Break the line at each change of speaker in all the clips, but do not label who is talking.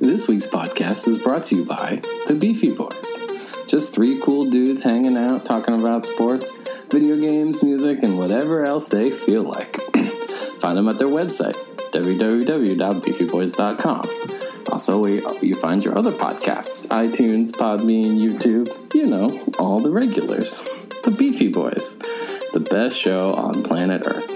This week's podcast is brought to you by the Beefy Boys. Just three cool dudes hanging out, talking about sports, video games, music, and whatever else they feel like. find them at their website, www.beefyboys.com. Also, we, you find your other podcasts iTunes, Podbean, YouTube, you know, all the regulars. The Beefy Boys, the best show on planet Earth.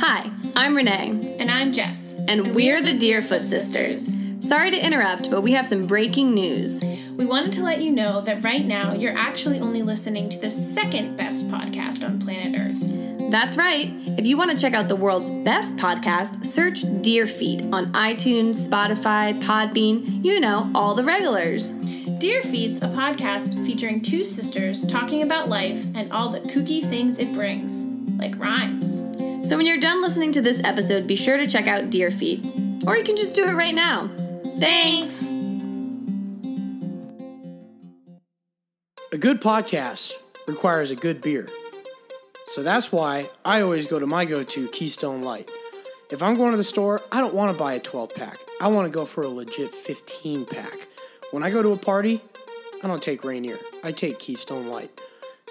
Hi, I'm Renee,
And I'm Jess.
and we're the Deerfoot Sisters. Sorry to interrupt, but we have some breaking news.
We wanted to let you know that right now you're actually only listening to the second best podcast on planet Earth.
That's right. If you want to check out the world's best podcast, search Deerfeed on iTunes, Spotify, Podbean, you know, all the regulars.
Dear Feed's a podcast featuring two sisters talking about life and all the kooky things it brings, like rhymes.
So when you're done listening to this episode, be sure to check out Deerfeed. Or you can just do it right now. Thanks.
A good podcast requires a good beer. So that's why I always go to my go to Keystone Light. If I'm going to the store, I don't want to buy a 12 pack. I want to go for a legit 15 pack. When I go to a party, I don't take Rainier. I take Keystone Light.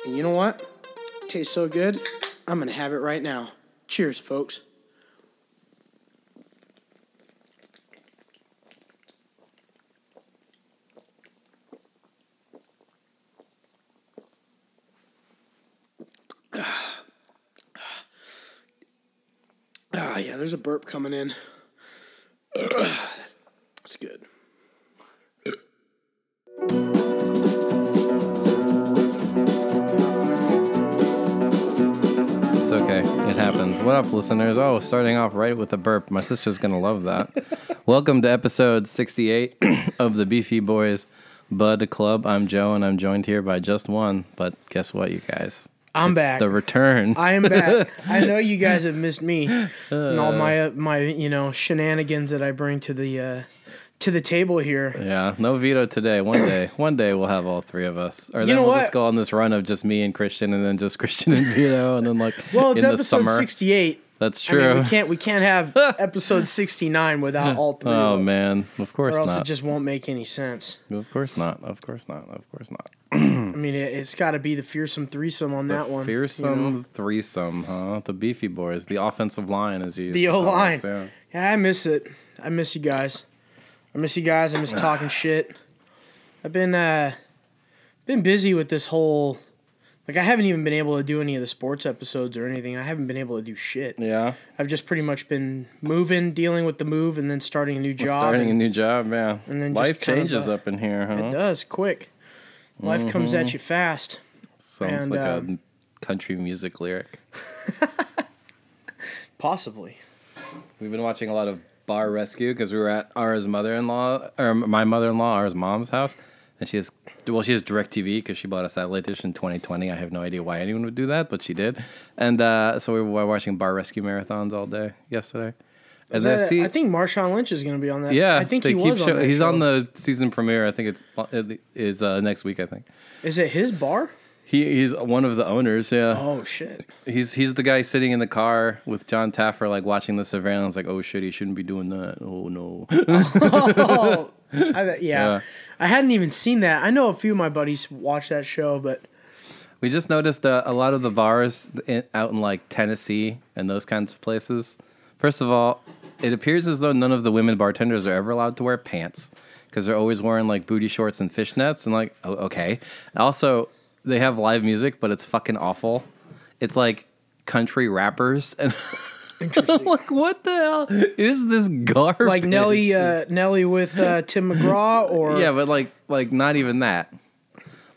And you know what? It tastes so good, I'm going to have it right now. Cheers, folks. Ah, yeah, there's a burp coming in. That's good.
It's okay. It happens. What up, listeners? Oh, starting off right with a burp. My sister's going to love that. Welcome to episode 68 of the Beefy Boys Bud Club. I'm Joe, and I'm joined here by just one. But guess what, you guys?
I'm
It's
back.
The return.
I am back. I know you guys have missed me and all my uh, my you know shenanigans that I bring to the uh, to the table here.
yeah, no veto today. One day, one day we'll have all three of us. Or then
know
we'll
what?
just go on this run of just me and Christian, and then just Christian and Vito, and then like
Well, it's
in the
episode
summer.
sixty eight.
That's
I
true.
mean, we can't we can't have episode sixty nine without all three.
oh,
of us,
man. Of course
or else
not.
it just won't make any sense.
of course not. Of course not. Of course not.
I
Hmm.
mean, it, it's got to be the fearsome threesome on that one. you
Fearsome
know?
threesome, huh? The beefy boys, the offensive line, as you.
The O line. Yeah, I miss it. I miss you guys. I miss you guys. I miss talking shit. I've been uh been busy with this whole like I haven't even been able to do any of the sports episodes or anything. I haven't been able to do shit.
Yeah.
I've just pretty much been moving, dealing with the move and then starting a new job.
Starting a
and
new job, yeah.
and then just
life
kind of,
changes
uh,
up in here,
it
huh?
does quick. Life comes
Mm-hmm.
at you fast.
Sounds
and,
like
um,
a country music lyric.
Possibly.
We've been watching a lot of Bar Rescue because we were at Ara's mother-in-law or my mother-in-law, Ara's mom's house, and she has well, she has Directv because she bought a satellite dish in 2020. I have no idea why anyone would do that, but she did. And uh, so we were watching Bar Rescue marathons all day yesterday. As
Uh, I think Marshawn Lynch is going to be on that.
Yeah,
I think
they
he
keep
was.
show-
on that
he's
show.
on the season premiere. I think it's it is uh, next week. I think
Is it his bar?
he he's one of the owners. Yeah,
Oh shit!
he's he's the guy sitting in the car with John Taffer, like watching the surveillance. Like, oh shit, he shouldn't be doing that. Oh no.
oh, I, yeah.
Yeah.
I hadn't even seen that. I know a few of my buddies watch that show, but
we just noticed that a lot of the bars in, out in like Tennessee and those kinds of places. First of all, it appears as though none of the women bartenders are ever allowed to wear pants because they're always wearing like booty shorts and fishnets and like oh, okay. Also, they have live music, but it's fucking awful. It's like country rappers and
interesting.
like what the hell is this garbage?
like Nelly, uh, Nelly with uh, Tim McGraw, or
yeah, but like like not even that.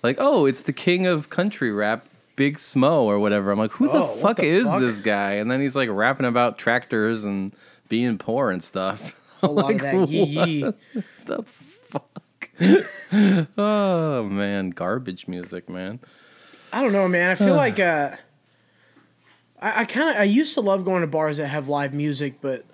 Like, oh, it's the king of country rap, Big Smo or whatever. I'm like, who
Oh,
the
what
fuck
the
is
fuck?
this guy? And then he's like rapping about tractors and being poor and stuff.
a lot of that yee yee.
the fuck? oh man, garbage music, man.
I don't know, man. I feel like uh, I, I kind of I used to love going to bars that have live music, but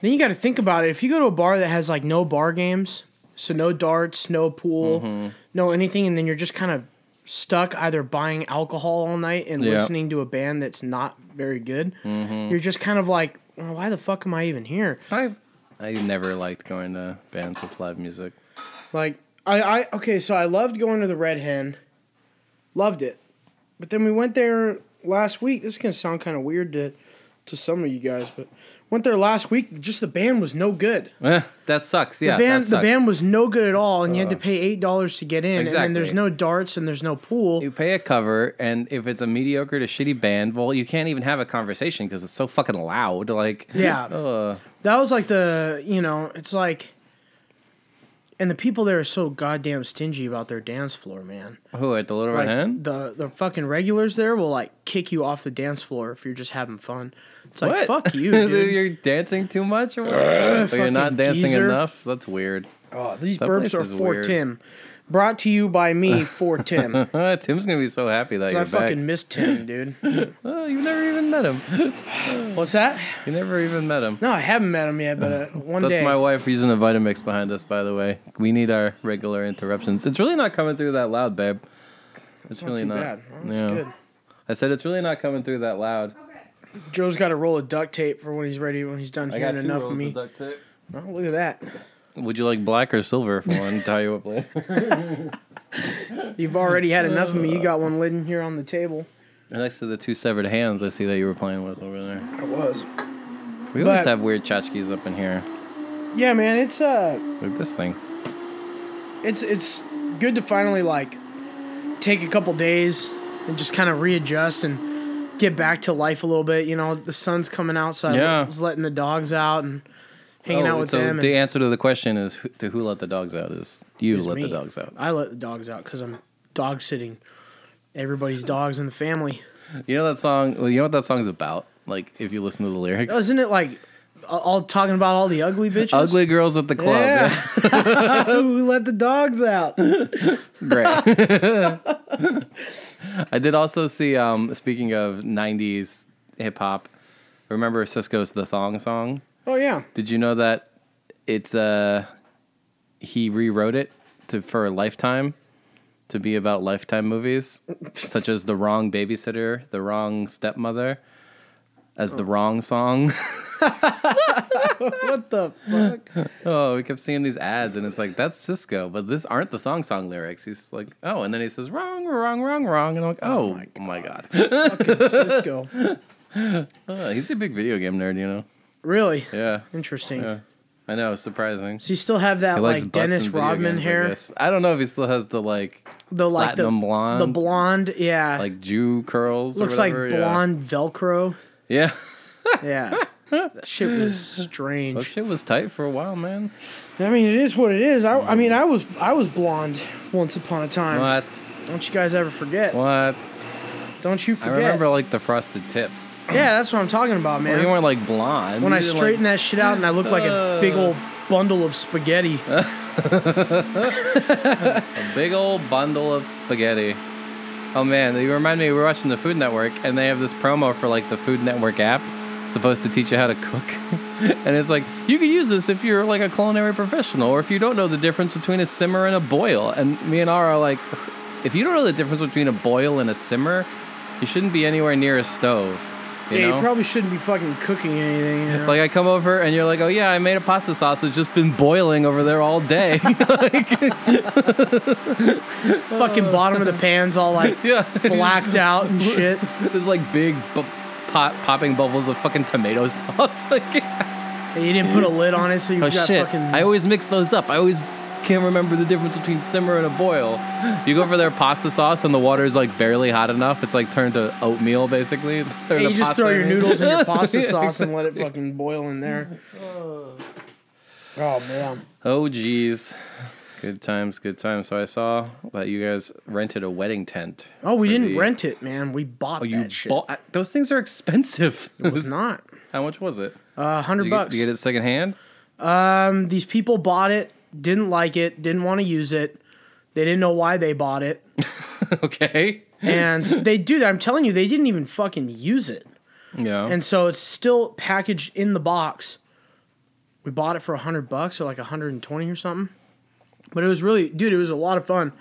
then you got to think about it. If you go to a bar that has like no bar games, so no darts, no pool, no anything, and then you're just kind of stuck either buying alcohol all night and
Yeah.
listening to a band that's not very good, you're just kind of like, well, why the fuck am I even here?
I I never liked going to bands with live music.
Like I, I okay, so I loved going to the Red Hen. Loved it. But then we went there last week. This is gonna sound kinda weird to to some of you guys, but went there last week, just the band was no good.
Eh, that sucks. Yeah,
the band
that
the
sucks.
band was no good at all and you had to pay eight dollars to get in and then there's
Exactly.
no darts and there's no pool.
You pay a cover, and if it's a mediocre to shitty band, well, you can't even have a conversation because it's so fucking loud. Like, oh,
Yeah.
Ugh.
that was like the you know, it's like and the people there are so goddamn stingy about their dance floor, man.
who at the Little Red
Like,
Hen?
the the fucking regulars there will like kick you off the dance floor if you're just having fun. It's like
What?
fuck you, dude.
you're dancing too much, or what? Or you're not
fucking
dancing
geezer.
enough. That's weird.
oh, these
that
burps
place
are
is
for
weird.
Tim. Brought to you by me for Tim. 'Cause
Uh, Tim's gonna be so happy that you're
I
back.
fucking miss Tim, dude.
Oh, you've never even met him.
What's that?
You never even met him.
No, I haven't met him yet, but uh, one
That's
day.
my wife using a Vitamix behind us, by the way. We need our regular interruptions. It's really not coming through that loud, babe. It's
Not
really
too
not.
bad. Oh, that's
Yeah.
good.
I said it's really not coming through that loud.
Joe's got a roll of duct tape for when he's ready, when he's done
I got
hearing
two
enough of
rolls
me.
of duct tape.
oh, look at that.
Would you like black or silver for one? Tie you up later.
You've already had enough of me. You got one laying here on the table.
Next to the two severed hands, I see that you were playing with over there.
It was.
We always
But-
have weird tchotchkes up in here.
Yeah, man, it's uh,
Look this thing.
it's it's good to finally like take a couple days and just kind of readjust and get back to life a little bit. You know, the sun's coming out, so I
Yeah.
was letting the dogs out and hanging
Oh,
out with
so
them.
the
and
answer to the question is who, to who let the dogs out is you
it was
let
me.
the dogs out.
I let the dogs out because I'm dog sitting everybody's dogs in the family.
You know that song? Well, you know what that song's about? Like if you listen to the lyrics.
Isn't it like all- all talking about all the ugly bitches?
Ugly girls at the club.
Yeah. Who let the dogs out?
Great. I did also see, um, speaking of 90s hip hop, remember Cisco's The Thong Song?
Oh yeah.
Did you know that it's, uh, he rewrote it to, for Lifetime to be about Lifetime movies, such as The Wrong Babysitter, The Wrong Stepmother, as The Wrong Song?
What the fuck?
Oh, we kept seeing these ads, and it's like that's Cisco, but this aren't the thong song lyrics. He's like, oh, and then he says wrong, wrong, wrong, wrong, and I'm like, oh, my god,
Cisco.
Uh, he's a big video game nerd, you know?
Really
Yeah,
interesting.
I know, surprising.
Does he still have that
He likes
like
butts in
Dennis
video
Rodman
games, I
hair?
guess. I, don't know if he still has the like,
The like
Platinum
the
blonde.
the blonde, yeah.
like Jew curls. or
Looks like
whatever, yeah.
blonde Velcro.
Yeah,
Yeah. that shit was
that
strange.
Oh, shit was tight for a while, man.
I mean, it is what it is. I, I mean, I was I was blonde once upon a time.
What?
Don't you guys ever forget?
What?
Don't you
I
forget?
remember like the frosted tips.
Yeah, that's what I'm talking about, man.
Well, you weren't like blonde.
when
you
I
didn't, like- Uh,
straightened that shit out and I looked like a big old bundle of spaghetti.
Big old bundle of spaghetti. Oh man, you remind me, we were watching the Food Network and they have this promo for like the Food Network app supposed to teach you how to cook. and it's like, you can use this if you're like a culinary professional or if you don't know the difference between a simmer and a boil. And me and Ara are like, if you don't know the difference between a boil and a simmer, you shouldn't be anywhere near a stove. You
yeah,
know?
you probably shouldn't be fucking cooking anything. You know?
Like I come over and you're like, oh yeah, I made a pasta sauce. It's just been boiling over there all day.
fucking bottom of the pan's all like
uh. yeah.
blacked out and shit.
There's like big bu- pot popping bubbles of fucking tomato sauce. like,
And you didn't put a lid on it, so you
oh
got
shit!
fucking.
I always mix those up. I always can't remember the difference between simmer and a boil. You go for their pasta sauce and the water is like barely hot enough. It's like turned to oatmeal basically. It's or
Hey,
to
you just
pasta,
throw
I
your
mean.
noodles in your pasta sauce and let it fucking boil in there. Oh man,
Oh geez, good times, good times. So I saw that you guys rented a wedding tent.
oh we
for
didn't
the-
rent it, man. We bought
Oh, you
that shit.
bought those things are expensive.
It was not
How much was it?
a hundred
Did you, get,
bucks.
did you get it secondhand?
Um, these people bought it, didn't like it, didn't want to use it. They didn't know why they bought it,
okay.
and they dude, I'm telling you, they didn't even fucking use it.
Yeah.
And so it's still packaged in the box. We bought it for a hundred bucks or like a hundred and twenty or something. But it was really, dude, it was a lot of fun.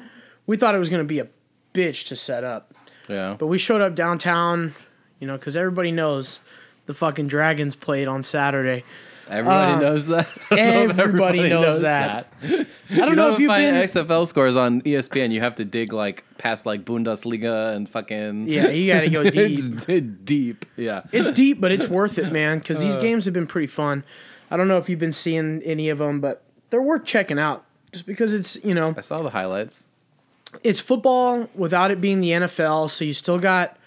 We thought it was gonna be a bitch to set up,
yeah.
but we showed up downtown, you know, because everybody knows the fucking Dragons played on Saturday.
Everybody knows that. I don't know if
Uh, everybody knows that. I don't
You
know
don't
if you've
find
been.
XFL scores on E ESPN. You have to dig like past like Bundesliga and fucking
Yeah, you gotta go
It's
deep.
d- deep. Yeah,
it's deep, but it's worth it, man. Because these games have been pretty fun. I don't know if you've been seeing any of them, but they're worth checking out. Just because it's you know
I saw the highlights.
it's football without it being the NFL, so you still got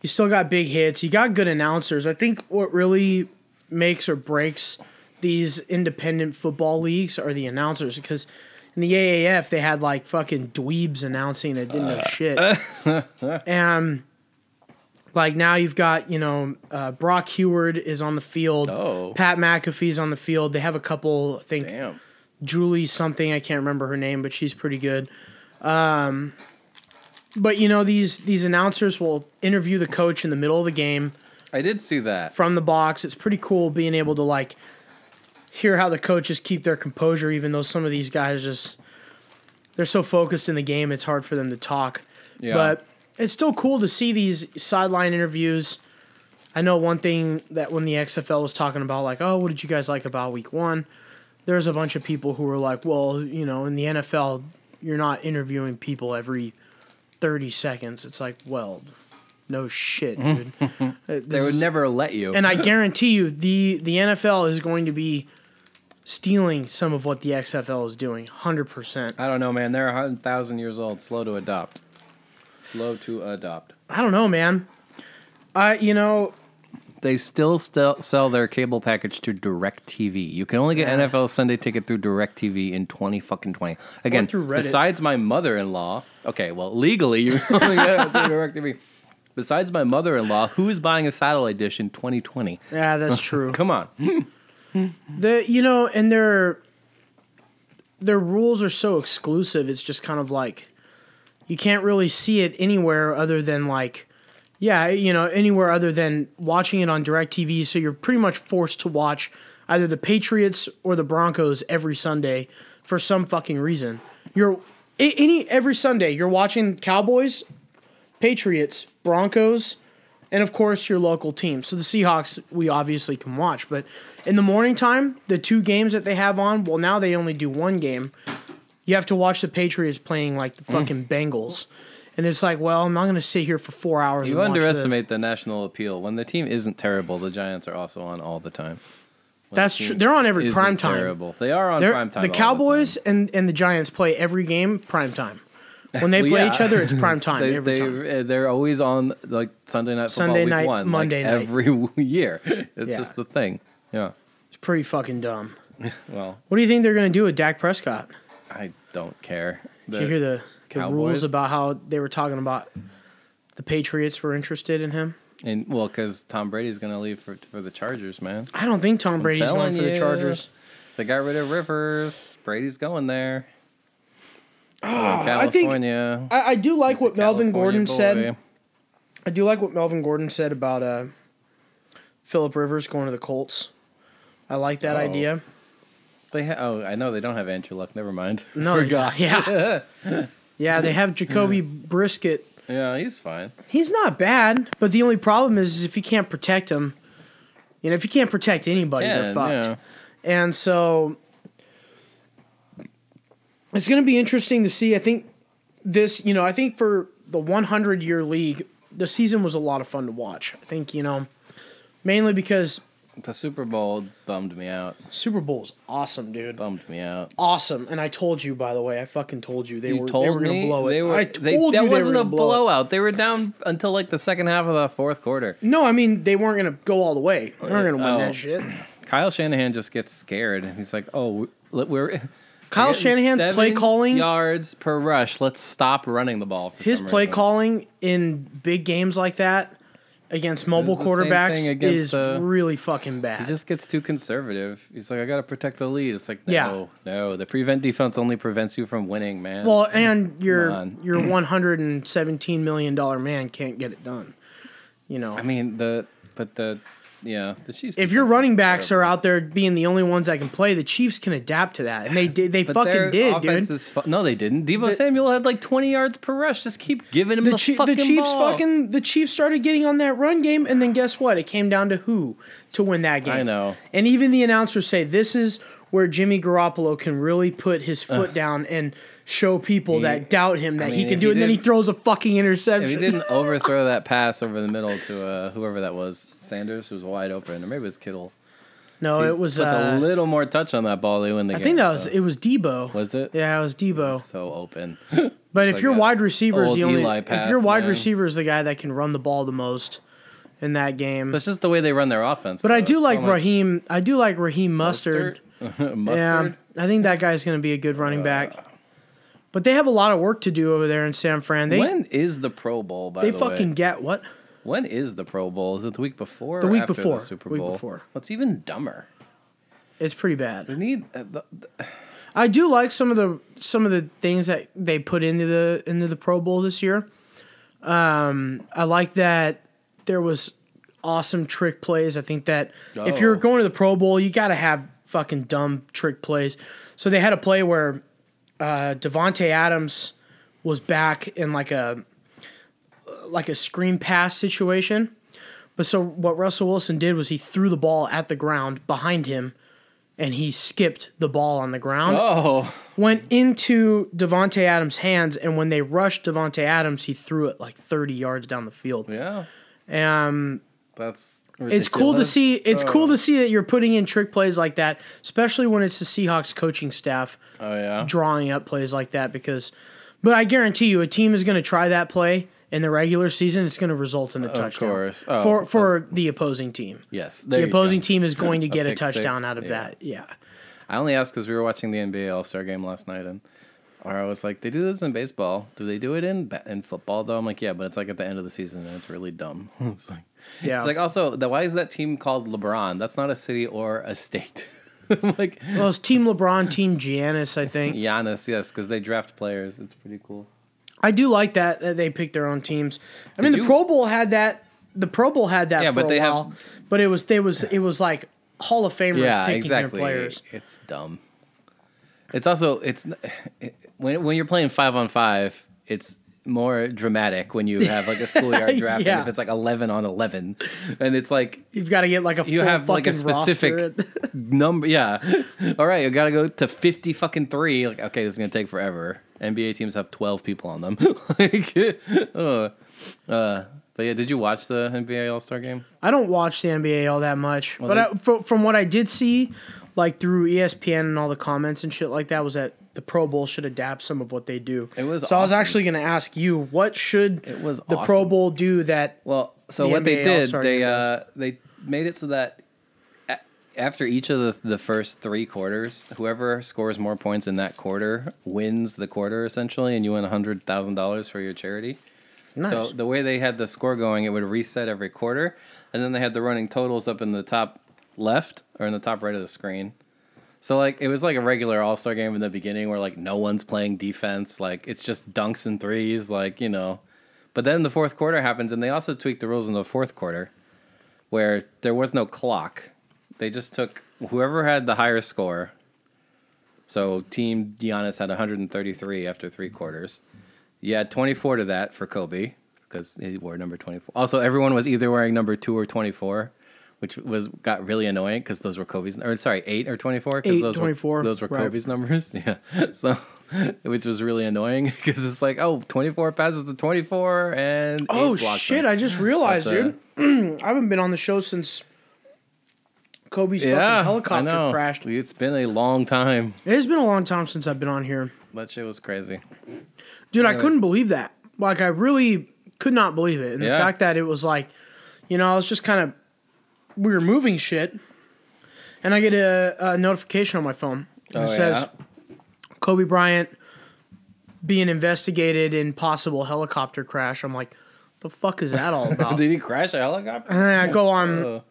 you still got big hits. You got good announcers. I think what really makes or breaks these independent football leagues are the announcers because in the AAF they had like fucking dweebs announcing that didn't know shit. and like now you've got, you know, uh, Brock Heward is on the field.
Oh.
Pat McAfee's on the field. They have a couple I think
Damn.
Julie something. I can't remember her name, but she's pretty good. Um, but you know these these announcers will interview the coach in the middle of the game
I did see that.
from the box. It's pretty cool being able to like hear how the coaches keep their composure, even though some of these guys just they're so focused in the game, it's hard for them to talk.
Yeah.
But it's still cool to see these sideline interviews. I know one thing that when the XFL was talking about, like, oh, what did you guys like about week one? There's a bunch of people who were like, well, you know, in the NFL, you're not interviewing people every 30 seconds. It's like, well, no shit, dude. Uh,
they
this
would
is-
never let you.
and I guarantee you, the the NFL is going to be stealing some of what the XFL is doing, hundred percent.
I don't know, man. They're hundred thousand years old. Slow to adopt. Slow to adopt.
I don't know, man. I you know
They still still sell their cable package to DirecTV. You can only get NFL Sunday Ticket through DirecTV in twenty fucking twenty. Again,
through Reddit.
besides my mother-in-law. Okay, well, legally you can only get it through DirecTV. Besides my mother-in-law, who is buying a satellite dish in twenty twenty?
yeah, that's true.
Come on.
the you know, and their their rules are so exclusive. It's just kind of like you can't really see it anywhere other than like. Yeah, you know, anywhere other than watching it on DirecTV, so you're pretty much forced to watch either the Patriots or the Broncos every Sunday for some fucking reason. You're a- any every Sunday you're watching Cowboys, Patriots, Broncos, and of course your local team. So the Seahawks we obviously can watch, but in the morning time, the two games that they have on, well now they only do one game. You have to watch the Patriots playing like
Mm.
the fucking Bengals. And it's like, well, I'm not going to sit here for four hours.
You
and watch this.
underestimate the national appeal. When the team isn't terrible, the Giants are also on all the time.
That's
team
true. They're on every
Isn't
prime time.
Terrible. They are on
They're-
prime time.
The
all
Cowboys and, and the Giants play every game prime time. When they
Well,
play
yeah.
each other, it's prime time
they,
every
they,
time.
uh, They're always on like Sunday night football
Sunday
week
night,
one, like,
Monday night.
every year. It's
Yeah.
just the thing. Yeah.
It's pretty fucking dumb.
Well,
What do you think they're going to do with Dak Prescott?
I don't care.
Did you hear the, the
Cowboys?
rules about how they were talking about the Patriots were interested in him?
and well, because Tom Brady's gonna leave for for the Chargers, man.
I don't think Tom Brady's
telling
going for the
you.
Chargers.
They got rid of Rivers. Brady's going there. Southern
Ah, I think-
California.
I, I do like
He's a
what Melvin
California
Gordon said.
boy.
I do like what Melvin Gordon said about uh, Philip Rivers going to the Colts. I like that
Oh.
idea.
They ha- oh, I know they don't have Andrew Luck. Never mind.
No, they- yeah, yeah. They have Jacoby Brisket.
yeah, he's fine.
He's not bad, but the only problem is, is if you can't protect him. You know, if you can't protect anybody,
Yeah,
they're fucked.
yeah.
And so it's going to be interesting to see. I think this, you know, I think for the 100 year league, the season was a lot of fun to watch. I think, you know, mainly because
The Super Bowl bummed me out.
Super Bowl is awesome, dude.
Bummed me out.
Awesome. And I told you, by the way, I fucking told you they
You
were
told
they were going
me
to blow it.
they were.
I told
they,
you
that
they
wasn't
were
a
gonna blow it.
blowout. They were down until like the second half of the fourth quarter.
No, I mean they weren't going to go all the way. They weren't going to win
Oh.
that shit.
Kyle Shanahan just gets scared and he's like, "Oh, we- we're."
Kyle Shanahan's play calling,
yards per rush. Let's stop running the ball. For
his
some
play
reason.
calling in big games like that against mobile
the same
quarterbacks
thing against,
is
uh,
really fucking bad.
He just gets too conservative. He's like, I gotta protect the lead. It's like, no,
Yeah.
no. The prevent defense only prevents you from winning, man.
well, and your
on.
your one hundred and seventeen million dollar man can't get it done. You know,
I mean the but the yeah, the Chiefs.
If your
defense is
running backs
terrible.
are out there being the only ones that can play, the Chiefs can adapt to that, and they did. They
But
fucking
their
did, dude.
offense is fu- no, they didn't. Debo
The-
Samuel had like 20 yards per rush. Just keep giving him the,
the, Chi- the
fucking
Chiefs
ball.
fucking the Chiefs started getting on that run game, and then guess what? It came down to who to win that game.
I know.
And even the announcers say this is where Jimmy Garoppolo can really put his foot down and show people that doubt him that
mean,
he can
if
do
he
it. And then he
didn't-
throws a fucking
If he
interception.
didn't overthrow that pass over the middle to uh, whoever that was, Sanders, who was wide open, or maybe it was Kittle.
no, it was.
puts
Uh,
a little more touch on that ball. They win the
I
game.
think that was
so-
it was Debo.
Was it?
Yeah, it was Debo.
so open.
But if
like
your
a
wide receiver is
old
the only,
Eli
if
pass,
your wide
man.
receiver is the guy that can run the ball the most in that game.
That's just the way they run their offense.
But I do like
Raheem
Raheem. I do like Raheem Mustard.
Mustard.
Yeah, I think that guy's going to be a good running back. But they have a lot of work to do over there in San Fran. They
when is the Pro Bowl? By
they
the
fucking
way,
get what?
when is the Pro Bowl? Is it the week before?
The
or
week
after
before.
The Super
Week
Bowl.
before.
That's even dumber.
It's pretty
We
bad.
need uh, the, the-
I do like some of the some of the things that they put into the into the Pro Bowl this year. Um, I like that there was awesome trick plays. I think that if you're
Oh.
going to the Pro Bowl, you got to have fucking dumb trick plays. So they had a play where uh, Devonte Adams was back in like a like a screen pass situation. But so what Russell Wilson did was he threw the ball at the ground behind him and he skipped the ball on the ground.
oh
Went into Devonte Adams' hands and when they rushed Devonte Adams, he threw it like 30 yards down the field.
yeah,
Um
that's.
it's cool to
ridiculous.
see it's cool
Oh.
to see that you're putting in trick plays like that, especially when it's the Seahawks coaching staff
Oh yeah.
drawing up plays like that because but I guarantee you a team is going to try that play in the regular season it's going to result in a touchdown
course. Oh,
for for the opposing team.
Yes,
The
there you
opposing
go.
team is going to get a,
pick six,
touchdown out of
yeah.
that. Yeah.
I only asked because we were watching the NBA All Star game last night, and or I was like, they do this in baseball. Do they do it in ba- in football though? I'm like, yeah, but it's like at the end of the season, and it's really dumb. it's like,
Yeah.
It's like oh. also, the, why is that team called LeBron? That's not a city or a state. I'm like
well, it's team LeBron, team Giannis, I think.
Giannis, yes, because they draft players. It's pretty cool.
I do like that that they pick their own teams. I mean,
Did
the
you-
Pro Bowl had that. The Pro Bowl had that
Yeah,
for
but
a
they have-
while, but it was they was it was like Hall of Famers
Yeah,
picking
exactly.
their players.
It's dumb. It's also it's n- it, when when you're playing five on five, it's more dramatic when you have like a schoolyard draft
Yeah.
and if it's like 11 on 11 and it's like
You've got to get like a
you
full
have like a
fucking roster
specific
at-
number. Yeah. All right, you gotta go to fifty fucking three. Like, okay, this is gonna take forever. NBA teams have twelve people on them. like, uh, uh, but yeah, did you watch the NBA All Star game?
I don't watch the NBA all that much, but
they-
I, fro- from what I did see, like through E ESPN and all the comments and shit like that, was that the Pro Bowl should adapt some of what they do.
It was
so. I was
awesome.
actually going to ask you, what should
It was
the Pro
awesome.
Bowl do that?
Well, so
The
what they
NBA
did,
All-Star
they
game does.
uh, they made it so that a- after each of the, the first three quarters, whoever scores more points in that quarter wins the quarter essentially, and you win hundred thousand dollars for your charity.
Nice.
So the way they had the score going, it would reset every quarter, and then they had the running totals up in the top left or in the top right of the screen. So like it was like a regular All Star game in the beginning where like no one's playing defense, like it's just dunks and threes, like you know. But then the fourth quarter happens, and they also tweaked the rules in the fourth quarter, where there was no clock. They just took whoever had the higher score. So team Giannis had 133 after three quarters. You had 24 to that for Kobe because he wore number 24. Also, everyone was either wearing number two or 24, which was got really annoying because those were Kobe's. Or sorry, eight or 24. 'cause
Eight,
those
24,
Were, those were
right.
Kobe's numbers. Yeah. So. Which was really annoying because it's like, oh, 24 passes to 24 and.
oh
eight blocks
shit!
them.
I just realized,
That's, uh,
dude. I haven't been on the show since Kobe's
yeah,
fucking helicopter
I know.
crashed. It
It's been a long time.
has been a long time since I've been on here.
That shit was crazy.
Dude, I
Anyways.
couldn't believe that. Like, I really could not believe it. And
Yeah.
the fact that it was like, you know, I was just kind of, we were moving shit. And I get a, a notification on my phone. And
Oh,
it says,
yeah.
Kobe Bryant being investigated in possible helicopter crash. I'm like, the fuck is that all about?
Did he crash
Uh,
a helicopter?
and I go on,
Oh.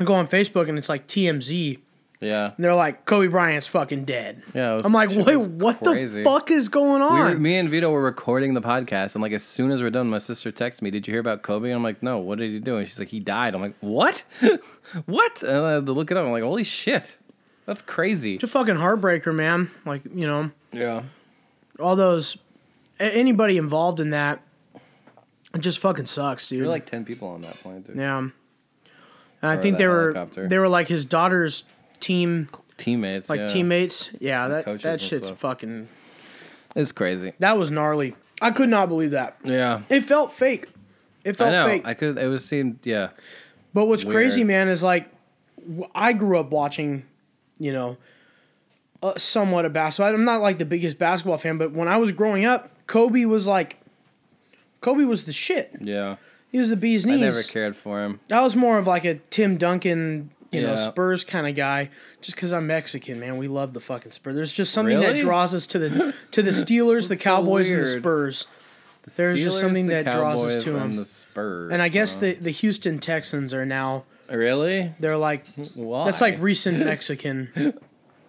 I go on Facebook and it's like TMZ
Yeah.
And they're like, Kobe Bryant's fucking dead.
Yeah, it was-
I'm like,
shit
wait,
was
what
crazy.
the fuck is going
We
on?
were, me and Vito were recording the podcast, and like as soon as we're done, my sister texts me, "Did you hear about Kobe?" And I'm like, "No, what did he do?" And she's like, "He died." I'm like, "What? what?" And I had to look it up. I'm like, "Holy shit, that's crazy."
it's a fucking heartbreaker, man. Like, you know,
Yeah,
all those a- anybody involved in that, it just fucking sucks, dude.
there were like ten people on that plane, dude.
yeah. And I
Or
think
that
they were
helicopter.
they were like his daughter's team,
Teammates,
like
yeah.
teammates. Yeah, that
coaches
that
and
shit's
stuff.
fucking.
It's crazy.
That was gnarly. I could not believe that.
Yeah,
It felt fake. It
I
felt
know.
fake.
I could. It was seemed. Yeah,
But what's
Weird.
crazy, man, is like w- I grew up watching, you know, uh, somewhat of basketball. I'm not like the biggest basketball fan, but when I was growing up, Kobe was like, Kobe was the shit.
yeah.
He was the bee's
I
knees.
never cared for him.
I was more of like a Tim Duncan, you know,
Yeah.
Spurs kind of guy. Just because I'm Mexican, man, we love the fucking Spurs. There's just something
Really?
that draws us to the to the Steelers, the
so
Cowboys, and the
weird.
Spurs. There's just
Steelers,
something
the
that draws us
Cowboys,
to
and
him.
The Spurs.
And I guess
huh?
the the Houston Texans are now
really
they're like
why
That's like recent Mexican.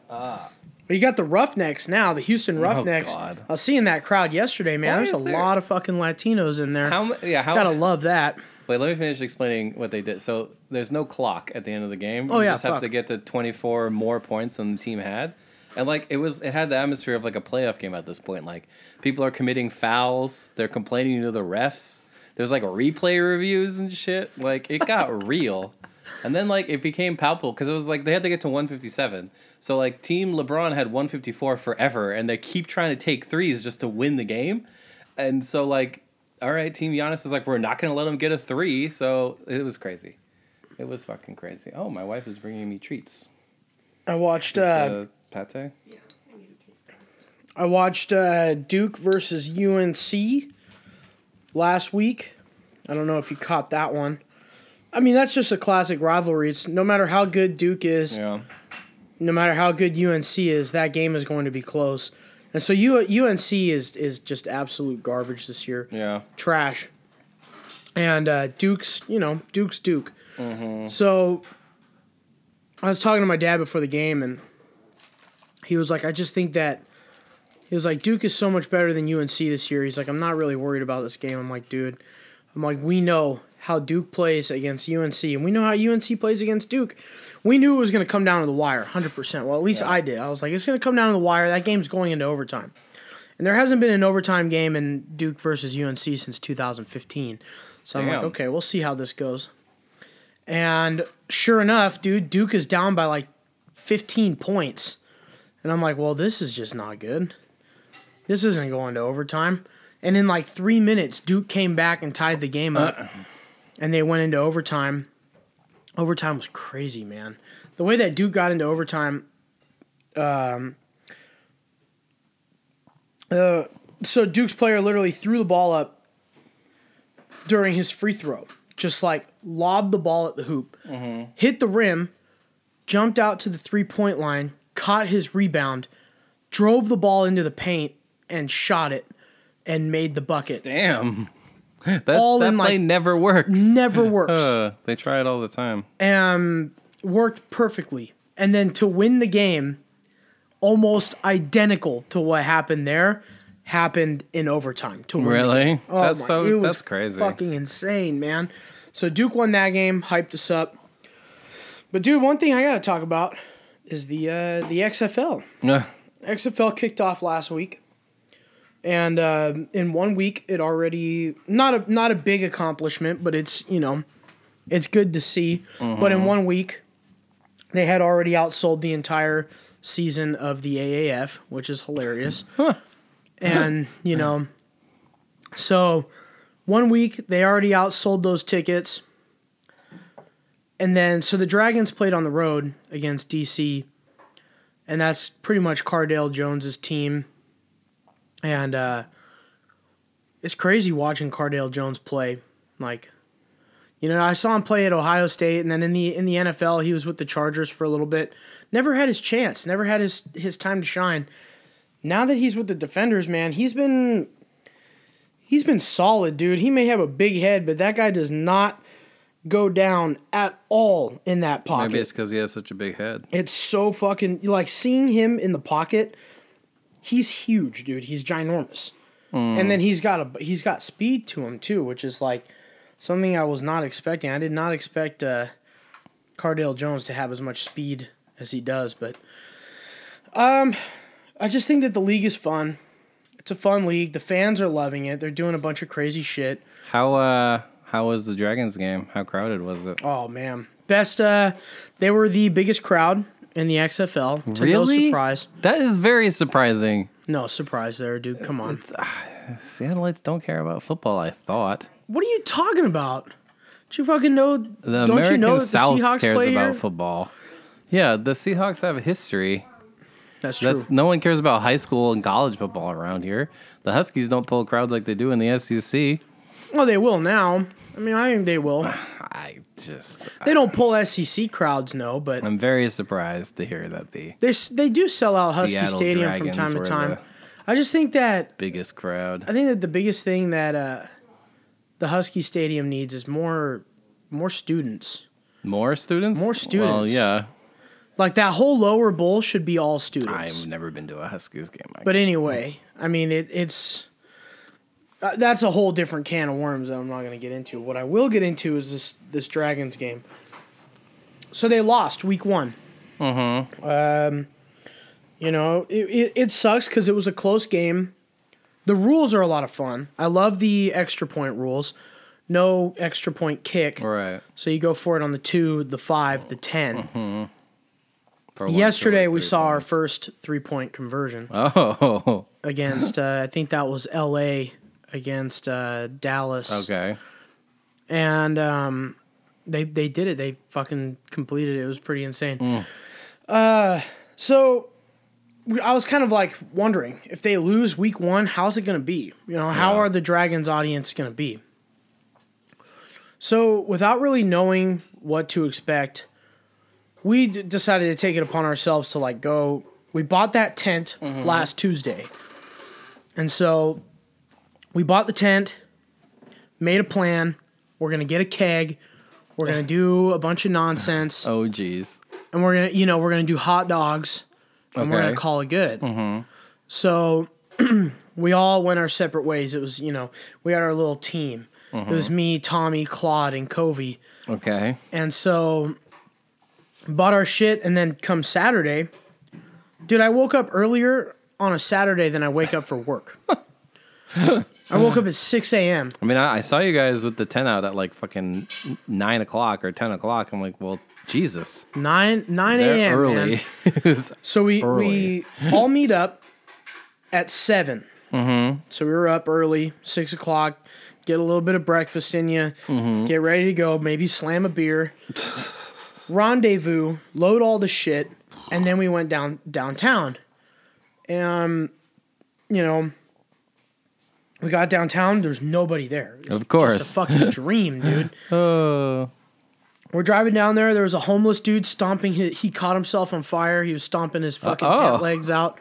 But you got the Roughnecks now, the Houston Roughnecks.
Ah. Oh, God.
I was seeing that crowd yesterday, man.
Why
There's a
is there-
lot of fucking Latinos in there.
how mu- yeah how
Gotta love that.
Wait, let me finish explaining what they did. So there's no clock at the end of the game.
Oh,
you
yeah,
just have
fuck.
to get to 24 more points than the team had. And like it was, it had the atmosphere of like a playoff game at this point. Like people are committing fouls, they're complaining to the refs. There's like replay reviews and shit. Like it got real, and then like it became palpable because it was like they had to get to 157. So like Team LeBron had 154 forever, and they keep trying to take threes just to win the game. And so like, all right, Team Giannis is like, we're not gonna let him get a three. So it was crazy. It was fucking crazy. Oh, my wife is bringing me treats.
I watched.
This,
Uh,
uh, pate.
I watched uh, Duke versus UNC last week. I don't know if you caught that one. I mean, that's just a classic rivalry. It's no matter how good Duke is,
Yeah.
no matter how good UNC is, that game is going to be close. And so U- UNC is is just absolute garbage this year.
Yeah.
trash. And uh, Duke's, you know, Duke's Duke. So I was talking to my dad before the game, and he was like, I just think that. He was like, Duke is so much better than UNC this year. He's like, I'm not really worried about this game. I'm like, dude, I'm like, we know how Duke plays against UNC, and we know how UNC plays against Duke. We knew it was going to come down to the wire, 100%. Well, at least I did. I was like, it's going to come down to the wire. That game's going into overtime. And there hasn't been an overtime game in Duke versus UNC since 2015. So I'm like,
Damn.
okay, we'll see how this goes. And sure enough, dude, Duke is down by like 15 points. And I'm like, well, this is just not good. This isn't going to overtime. And in like three minutes, Duke came back and tied the game up. And they went into overtime. Overtime was crazy, man. The way that Duke got into overtime. Um, uh, so Duke's player literally threw the ball up during his free throw. Just like lobbed the ball at the hoop, hit the rim, jumped out to the three point line, caught his rebound, drove the ball into the paint, and shot it and made the bucket.
Damn. That,
All
that
in,
play
like-
never works.
Never works.
Uh, they try it all the time.
um, worked perfectly. And then to win the game, almost identical to what happened there, happened in overtime. To win the
Really?
Oh
that's
my- it
so.
was
That's crazy.
Fucking insane, man. So Duke won that game, hyped us up. But dude, one thing I gotta talk about is the uh, the XFL.
Ugh.
XFL kicked off last week, and uh, in one week it already not a not a big accomplishment, but it's you know, it's good to see. But in one week, they had already outsold the entire season of the AAF, which is hilarious. And you know, so one week they already outsold those tickets, and then so the Dragons played on the road against DC and that's pretty much Cardale Jones's team. And uh, it's crazy watching Cardale Jones play. Like, you know, I saw him play at Ohio State, and then in the in the NFL, he was with the Chargers for a little bit. Never had his chance. Never had his his time to shine. Now that he's with the Defenders, man, he's been he's been solid, dude. He may have a big head, but that guy does not go down at all in that pocket.
Maybe it's because he has such a big head.
It's so fucking like seeing him in the pocket. He's huge, dude. He's ginormous, and then he's got a he's got speed to him too, which is like something I was not expecting. I did not expect uh, Cardale Jones to have as much speed as he does, but um, I just think that the league is fun. It's a fun league. The fans are loving it. They're doing a bunch of crazy shit.
How uh how was the Dragons game? How crowded was it?
Oh man, best. Uh, they were the biggest crowd in the XFL. To no
Really?
surprise.
That is very surprising.
No surprise there, dude. Come on.
Seattleites don't care about football, I thought.
What are you talking about? Do you fucking know?
The
don't
American
you know that the
South
Seahawks
cares
play
about
here?
football. Yeah, the Seahawks have a history.
That's true.
That's no one cares about high school and college football around here. The Huskies don't pull crowds like they do in the E SEC.
well, they will now. I mean, I think they will.
I just
They don't pull SEC crowds, no, but
I'm very surprised to hear that the
they s- they do sell out Husky
Seattle
Stadium
Dragons
from time
were
to time.
the-
I just think that
biggest crowd.
I think that the biggest thing that uh, the Husky Stadium needs is more more students.
More students?
More
Well,
students.
yeah.
Like that whole lower bowl should be all students.
I've never been to a Huskies game. I
But anyway, I mean, it, it's uh, that's a whole different can of worms that I'm not going to get into. What I will get into is this this Dragons game. So they lost week one. Mm-hmm. Um, you know, it it, it sucks because it was a close game. The rules are a lot of fun. I love the extra point rules. No extra point kick.
Right.
So you go for it on the two, the five, the 10
Mm-hmm. For once,
Yesterday
there were
we
three
saw our
points.
first three point conversion
Oh,
against uh, I think that was L.A. against uh, Dallas,
okay.
and um, they they did it. They fucking completed it. It was pretty insane. Uh, so we- I was kind of like wondering if they lose week one, how's it gonna be? You know, how
Yeah.
are the Dragons audience gonna be? So without really knowing what to expect, we d- decided to take it upon ourselves to like go. We bought that tent last Tuesday. And so we bought the tent, made a plan. We're going to get a keg. We're going to do a bunch of nonsense.
Oh, geez.
And we're going to, you know, we're going to do hot dogs. And we're
Okay. Mm-hmm.
going to call it good. So we all went our separate ways. It was, you know, we had our little team. It was
Mm-hmm.
me, Tommy, Claude, and Covey.
Okay.
And so bought our shit and then come Saturday, dude, I woke up earlier on a Saturday than I wake up for work. I woke up at 6 a.m.
I mean, I, I saw you guys with the 10 out at like fucking 9 o'clock or 10 o'clock. I'm like, well, Jesus.
9 9
They're
a.m. man.
early. It's
So we
Early.
we all meet up at 7 Mm-hmm. So we were up early, six o'clock. Get a little bit of breakfast in you.
Mm-hmm.
Get ready to go. Maybe slam a beer. Rendezvous. Load all the shit, and then we went down downtown. Um, you know, we got downtown. There's nobody there. It was
Of course.
just a fucking dream, dude.
oh,
We're driving down there. There was a homeless dude stomping. His, he caught himself on fire. He was stomping his fucking
Uh-oh.
pant legs out.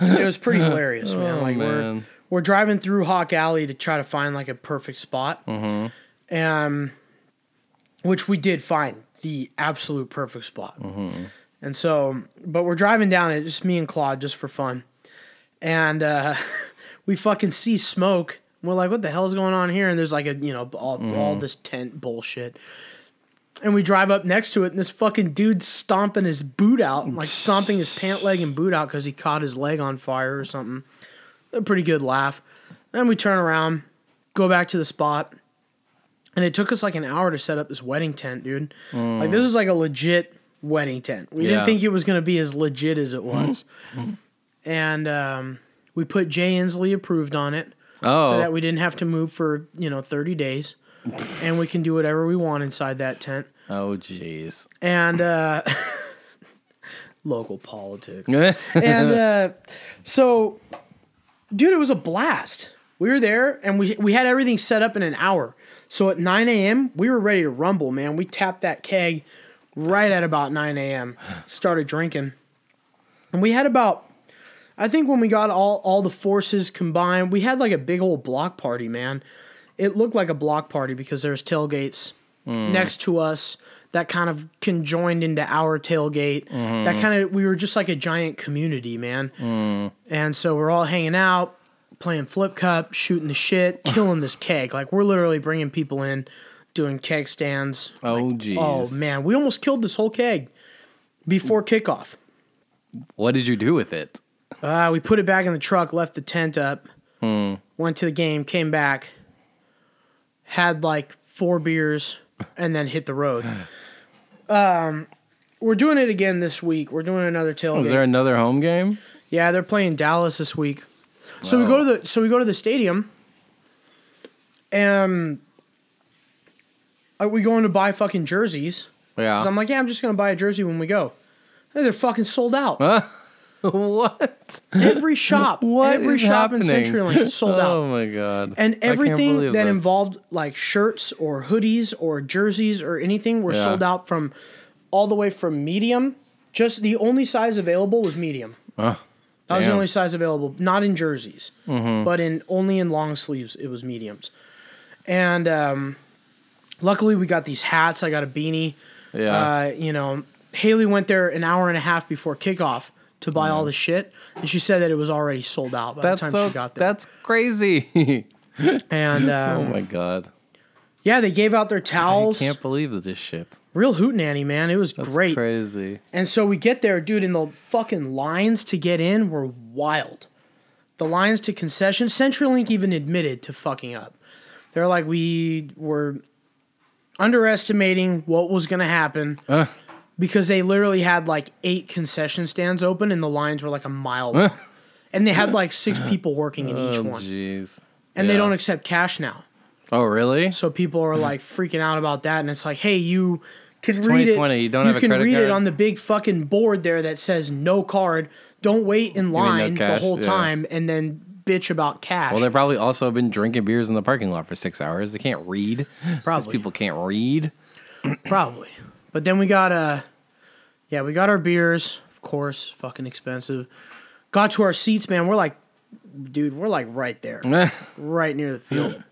it was pretty hilarious, man. Like we're
man.
we're driving through Hawk Alley to try to find like a perfect spot, um, which we did find the absolute perfect spot. And so, but we're driving down it, just me and Claude, just for fun, and uh, we fucking see smoke. We're like, what the hell's going on here? And there's like a you know all, all this tent bullshit. And we drive up next to it, and this fucking dude's stomping his boot out, like stomping his pant leg and boot out because he caught his leg on fire or something. A pretty good laugh. Then we turn around, go back to the spot, and it took us like an hour to set up this wedding tent, dude. Like this was like a legit wedding tent. We
Mm. Yeah.
didn't think it was gonna be as legit as it was, and um, we put Jay Inslee approved on it
oh,
so that we didn't have to move for you know 30 days and we can do whatever we want inside that tent
oh, jeez.
and uh local politics
Oh,
and uh so dude it was a blast we were there and we we had everything set up in an hour so at 9 a.m we were ready to rumble man we tapped that keg right at about 9 a.m started drinking and we had about i think when we got all all the forces combined we had like a big old block party man it looked like a block party because there was tailgates next to us that kind of conjoined into our tailgate. That kind of, we were just like a giant community, man. And so we're all hanging out, playing flip cup, shooting the shit, killing this keg. Like we're literally bringing people in, doing keg stands.
Oh, jeez.
Oh man, we almost killed this whole keg before kickoff.
What did you do with it?
Uh, we put it back in the truck, left the tent up,
Hmm.
went to the game, came back, had like four beers, and then hit the road. Um, we're doing it again this week. We're doing another tailgate.
Was Oh, there another home game?
Yeah, they're playing Dallas this week. So we go to the so we go to the stadium, and are we going to buy fucking jerseys?
Yeah.
'Cause I'm like, yeah, I'm just gonna buy a jersey when we go. And they're fucking sold out.
what?
Every shop,
What
every
is
shop in
happening?
CenturyLink sold out.
Oh my god. I
and
can't
everything
believe
that
this.
involved like shirts or hoodies or jerseys or anything were
Yeah.
sold out from all the way from medium. Just the only size available was medium.
Oh,
That was the
damn. Mm-hmm.
only size available, not in jerseys, but in only in long sleeves. It was mediums, and um, luckily we got these hats. I got a beanie.
Yeah.
Uh, you know, Haley went there an hour and a half before kickoff to buy all the shit, and she said that it was already sold out by
Mm. that's
the time
so.
she got there.
That's crazy.
and um,
oh my god.
yeah, they gave out their towels.
I can't believe this shit.
Real hootenanny, man. It was
That's
great.
crazy.
And so we get there, dude, and the fucking lines to get in were wild. The lines to concessions, CenturyLink even admitted to fucking up. They're like, we were underestimating what was going to happen
Ugh.
because they literally had like eight concession stands open and the lines were like a mile long. and they had like six people working in each
Uh. Oh,
one.
jeez.
And they
Yeah.
don't accept cash now.
Oh really?
So people are like freaking out about that, and it's like, hey, you can read it.
2020, you don't have a
can
credit
read it
card?
on the big fucking board there that says no card. Don't wait in
no
line the
cash?
whole
Yeah.
time and then bitch about cash.
Well, they've probably also been drinking beers in the parking lot for six hours. They can't read. These
probably,
people can't read.
probably. But then we got uh, yeah, we got our beers, of course, fucking expensive. Got to our seats, man. We're like, dude, we're like right there. right near the field.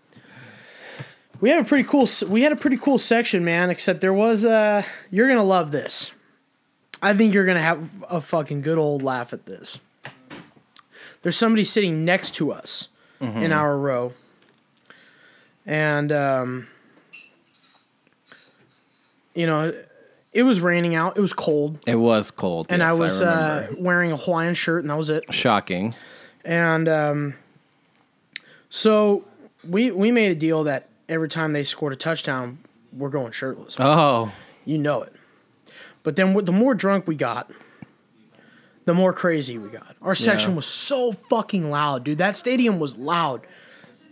We have a pretty cool. s- We had a pretty cool section, man. Except there was uh You're gonna love this. I think you're gonna have a fucking good old laugh at this. There's somebody sitting next to us
Mm-hmm.
in our row, and um, you know, it was raining out. It was cold,
It was cold.
and
yes,
I was
remember.
uh, wearing a Hawaiian shirt, and that was it
shocking.
and um, so we we made a deal that every time they scored a touchdown, we're going shirtless.
Oh,
You know it. But then the more drunk we got, the more crazy we got. Our section was so fucking loud, dude. That stadium was loud.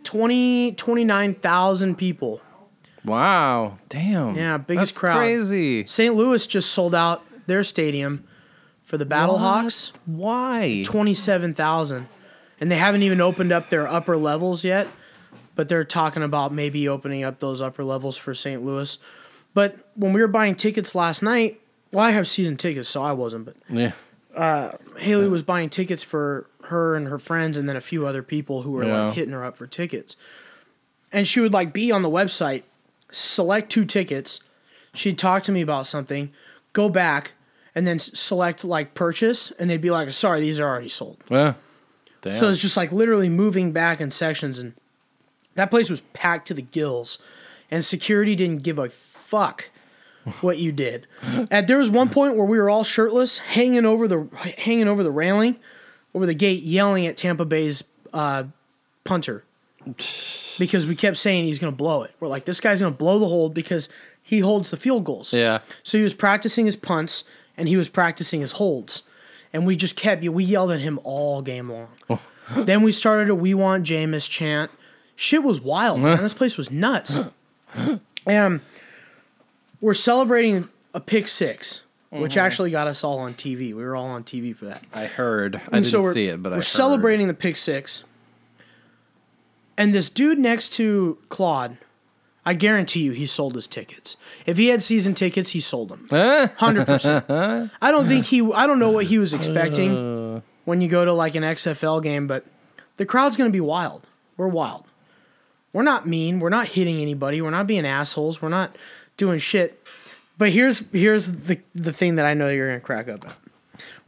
20 29,000 people.
wow, damn.
Yeah, biggest
That's
crowd.
Crazy.
St. Louis just sold out their stadium for the Battle Hawks.
Why?
twenty-seven thousand, and they haven't even opened up their upper levels yet. But they're talking about maybe opening up those upper levels for St. Louis. But when we were buying tickets last night, well, I have season tickets, so I wasn't. But
Yeah.
Haley was buying tickets for her and her friends, and then a few other people who were
Yeah.
like hitting her up for tickets. And she would like be on the website, select two tickets. She'd talk to me about something, go back, and then s- select like purchase, and they'd be like, "Sorry, these are already sold."
Well, damn.
So it's just like literally moving back in sections, and that place was packed to the gills, and security didn't give a fuck what you did. At there was one point where we were all shirtless, hanging over the hanging over the railing, over the gate, yelling at Tampa Bay's uh, punter because we kept saying he's going to blow it. We're like, this guy's going to blow the hold because he holds the field goals.
yeah.
So he was practicing his punts and he was practicing his holds. And we just kept, we yelled at him all game long. then we started a We Want Jameis chant. Shit was wild, man. This place was nuts. and we're celebrating a pick 6 which actually got us all on TV. We were all on TV for that.
I heard. I didn't
And we're-
see it, but I
we're
heard.
celebrating the pick six. And this dude next to Claude, I guarantee you, he sold his tickets. If he had season tickets, he sold them. Hundred percent. I don't think he. I don't know what he was expecting
Uh.
when you go to like an XFL game, but the crowd's going to be wild. We're wild. We're not mean. We're not hitting anybody. We're not being assholes. We're not doing shit. But here's here's the the thing that I know you're gonna crack up at.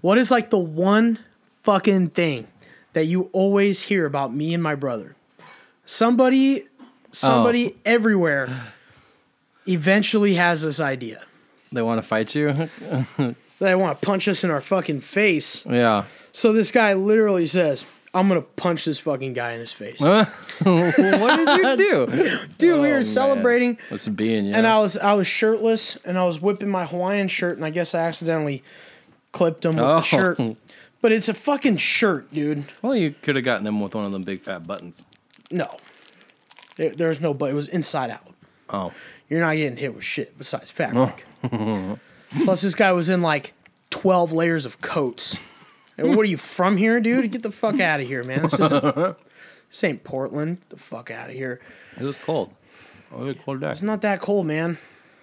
What is like the one fucking thing that you always hear about me and my brother? Somebody somebody
Oh.
everywhere eventually has this idea.
They want to fight you?
They want to punch us in our fucking face.
yeah.
So this guy literally says, I'm gonna punch this fucking guy in his face.
what did you do?
Dude, we
Oh,
were
man.
celebrating
That's being you.
and I was I was shirtless and I was whipping my Hawaiian shirt and I guess I accidentally clipped him with
Oh.
the shirt. But it's a fucking shirt, dude.
well, you could have gotten him with one of them big fat buttons.
No. There, there's no but it was inside out.
Oh.
You're not getting hit with shit besides fabric. Plus this guy was in like twelve layers of coats. And what are you from here, dude? Get the fuck out of here, man. This isn't this ain't Portland. Get the fuck out of here.
It was cold. It was a cold day.
It's not that cold, man.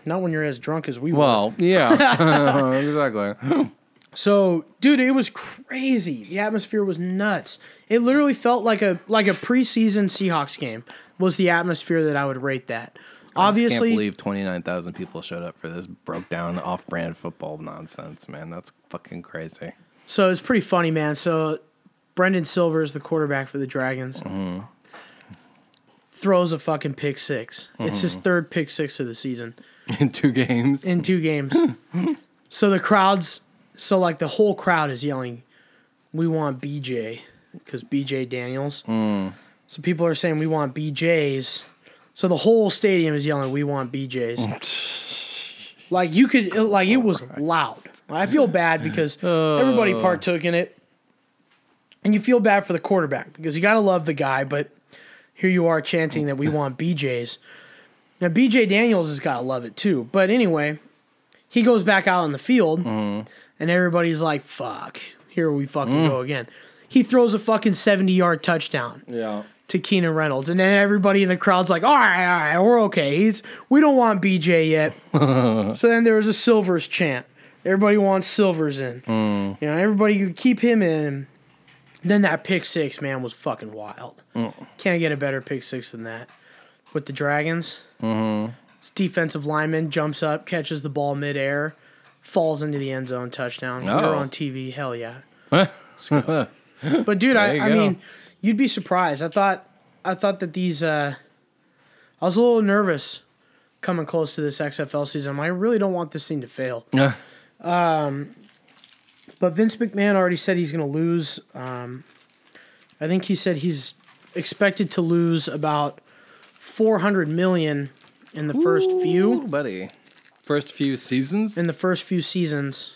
Not when you're as drunk as we were.
well, yeah. exactly.
So, dude, it was crazy. The atmosphere was nuts. It literally felt like a like a preseason Seahawks game was the atmosphere that I would rate that.
I can't
Obviously,
believe 29,000 people showed up for this broke down off brand football nonsense, man. That's fucking crazy.
so it's pretty funny, man. So, Brendan Silver is the quarterback for the Dragons.
Mm-hmm.
Throws a fucking pick 6 It's his
Mm-hmm.
third pick six of the season.
In two games.
in two games. so the crowds, so like the whole crowd is yelling, "We want BJ," because BJ Daniels. So people are saying we want BJ's. So the whole stadium is yelling, "We want BJ's." like you could, like it was loud. I feel bad because everybody partook in it, and you feel bad for the quarterback because you gotta love the guy, but here you are chanting that we want BJ's. Now BJ Daniels has got to love it too. But anyway, he goes back out on the field, and everybody's like, "Fuck, here we fucking go again." He throws a fucking seventy-yard touchdown
yeah.
to Keenan Reynolds, and then everybody in the crowd's like, "All right, all right, we're okay. He's we don't want BJ yet." so then there was a Silvers chant. Everybody wants Silvers in. You know, everybody could keep him in. Then that pick six, man, was fucking wild. Can't get a better pick six than that. With the Dragons, mm-hmm. his defensive lineman jumps up, catches the ball midair, falls into the end zone, touchdown. We
Oh.
were on TV. Hell yeah. But dude,
There
I,
you
I
go.
mean, you'd be surprised. I thought I thought that these uh I was a little nervous coming close to this XFL season. I'm like, I really don't want this thing to fail.
Yeah.
But Vince McMahon already said he's going to lose. Um, I think he said he's expected to lose about 400 million in the first
Ooh,
few
buddy. First few seasons?
in the first few seasons.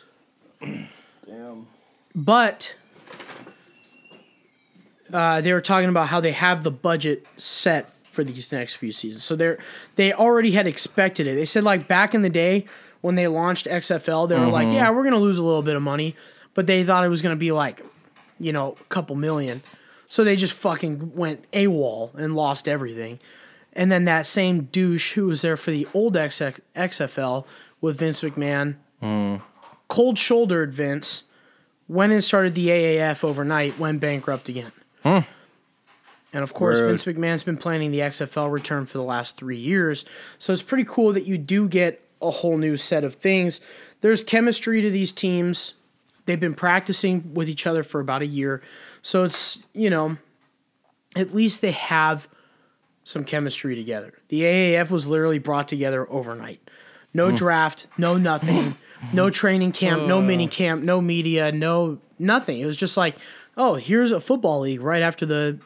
Damn. But uh, they were talking about how they have the budget set for these next few seasons. So they're they already had expected it. They said like back in the day when they launched XFL, they were like, yeah, we're gonna lose a little bit of money, but they thought it was gonna be like, you know, a couple million. So they just fucking went AWOL and lost everything. And then that same douche who was there for the old XX, XFL with Vince McMahon, cold shouldered Vince, went and started the AAF overnight, went bankrupt again. And of course,
Rude.
Vince McMahon's been planning the XFL return for the last three years. So it's pretty cool that you do get a whole new set of things. There's chemistry to these teams. They've been practicing with each other for about a year. So it's, you know, at least they have some chemistry together. The AAF was literally brought together overnight. No draft, no nothing, no training camp, no mini camp, no media, no nothing. It was just like, oh, here's a football league right after the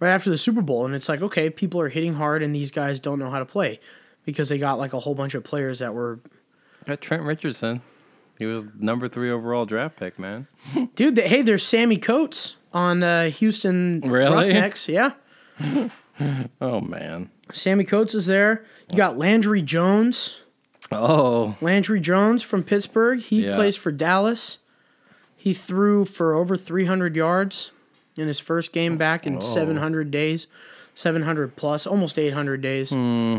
right after the Super Bowl and it's like, okay, people are hitting hard and these guys don't know how to play because they got like a whole bunch of players that were
Got Trent Richardson. He was number three overall draft pick, man.
Dude, th hey, there's Sammy Coates on uh, Houston
Really?
Roughnecks. Yeah.
Oh, man.
Sammy Coates is there. You got Landry Jones.
Oh.
Landry Jones from Pittsburgh. He
Yeah.
plays for Dallas. He threw for over 300 yards in his first game back in 700 days, 700 plus, almost 800 days.
Hmm.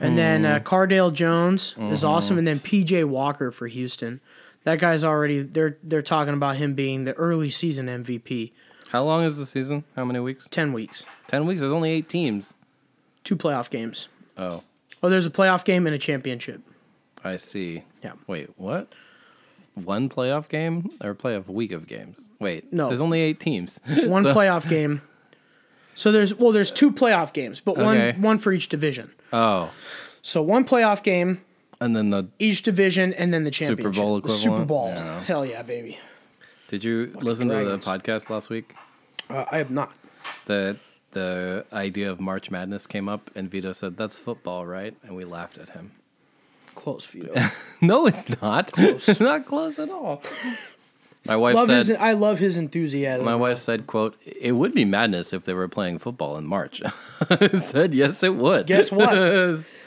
And then uh, Cardale Jones
Mm-hmm.
is awesome, and then PJ Walker for Houston. That guy's already they're they're talking about him being the early season MVP.
How long is the season? How many weeks?
Ten weeks,
Ten weeks? There's only eight teams.
two playoff games.
Oh.
Oh, there's a playoff game and a championship.
I see.
Yeah.
Wait, what? One playoff game or playoff week of games? Wait,
No.
There's only eight teams.
One
So-
playoff game. So there's well, there's two playoff games, but
Okay.
one one for each division.
Oh,
So one playoff game
and then the
each division, and then the championship.
Bowl
The Super
equivalent?
Bowl.
Yeah.
Hell yeah, baby.
did you listen
dragons.
to the podcast last week?
Uh, I have not.
The the idea of March Madness came up, and Vito said, "That's football, right?" And we laughed at him.
Close, Vito.
No, it's not. Close. it's not close at all. My wife
love
said.
his, I love his enthusiasm.
my wife said, "quote It would be madness if they were playing football in March." I said, "Yes, it would." Oh,
Guess what?